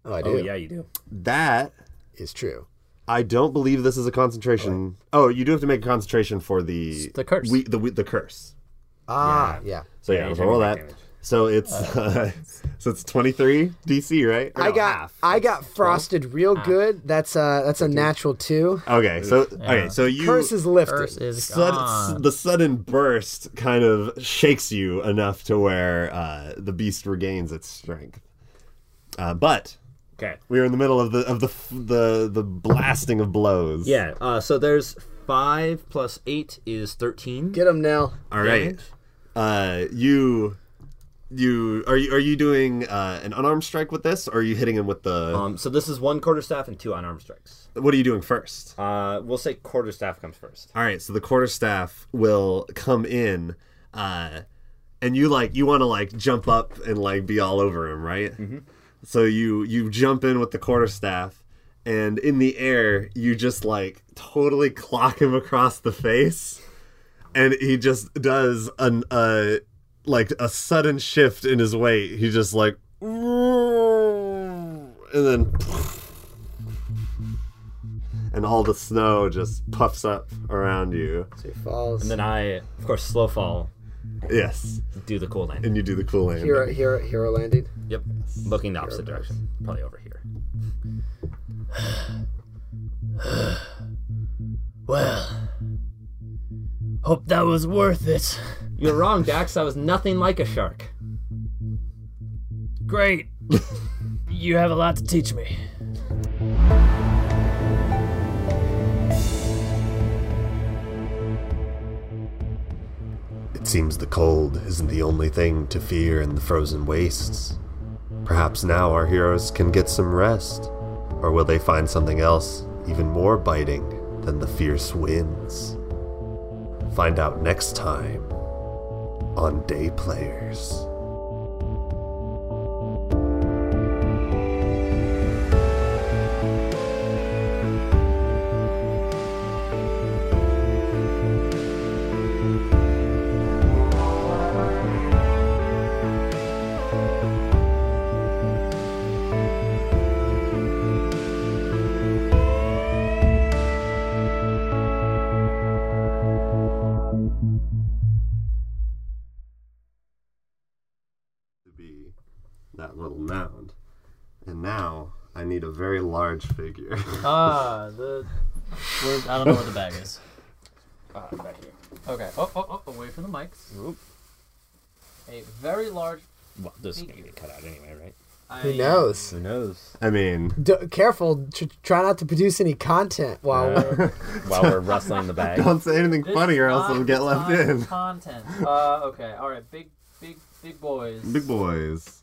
Oh, I do. Oh, yeah, you do. that Is true. i don't believe this is a concentration oh you do have to make a concentration for the the curse. we, the, we, the curse Ah, yeah. so yeah, you're so roll that taking damage. so it's <laughs> uh, so it's 23 dc right Or I no, got half. I got frosted real good. That's uh that's a natural two. okay so okay so you Curse is lifted. Curse is sud- gone. the sudden burst kind of shakes you enough to where uh, the beast regains its strength. Uh, but Okay. we are in the middle of the of the f- the the blasting of blows. Yeah, uh, so there's 5 plus 8 is 13. Get him now. All right. Uh, you you are you are you doing uh, an unarmed strike with this, or are you hitting him with the? Um, so this is one quarterstaff and two unarmed strikes. what are you doing first? Uh, we'll say quarterstaff comes first. All right, so the quarterstaff will come in, uh, and you like you want to like jump up and like be all over him, right? Mm-hmm. So you you jump in with the quarterstaff, and in the air you just like totally clock him across the face, and he just does an uh like a sudden shift in his weight. He just like and then and all the snow just puffs up around you. So he falls. Then I, of course, slow fall, Yes, do the cool landing. and you do the cool landing. hero hero hero landing. Yep. Looking the opposite direction. Probably over here. Well, hope that was worth it. You're wrong, Dax. I was nothing like a shark. Great. you have a lot to teach me. It seems the cold isn't the only thing to fear in the frozen wastes. Perhaps now our heroes can get some rest. Or will they find something else even more biting than the fierce winds? Find out next time on Day Players. to be that little mound. And now I need a very large figure. Ah, the. Where, I don't know where the bag is. Uh, Okay. Oh, oh, oh, away from the mics. A very large. Well, this is going to get cut out anyway, right? Who knows? Who knows? <laughs> I mean, D- careful. Tr- try not to produce any content while we're. While we're rustling the <laughs> bag. don't say anything funny or else it'll get left in. <laughs> Content. Uh, okay. All right. Big, big, big boys. Big boys.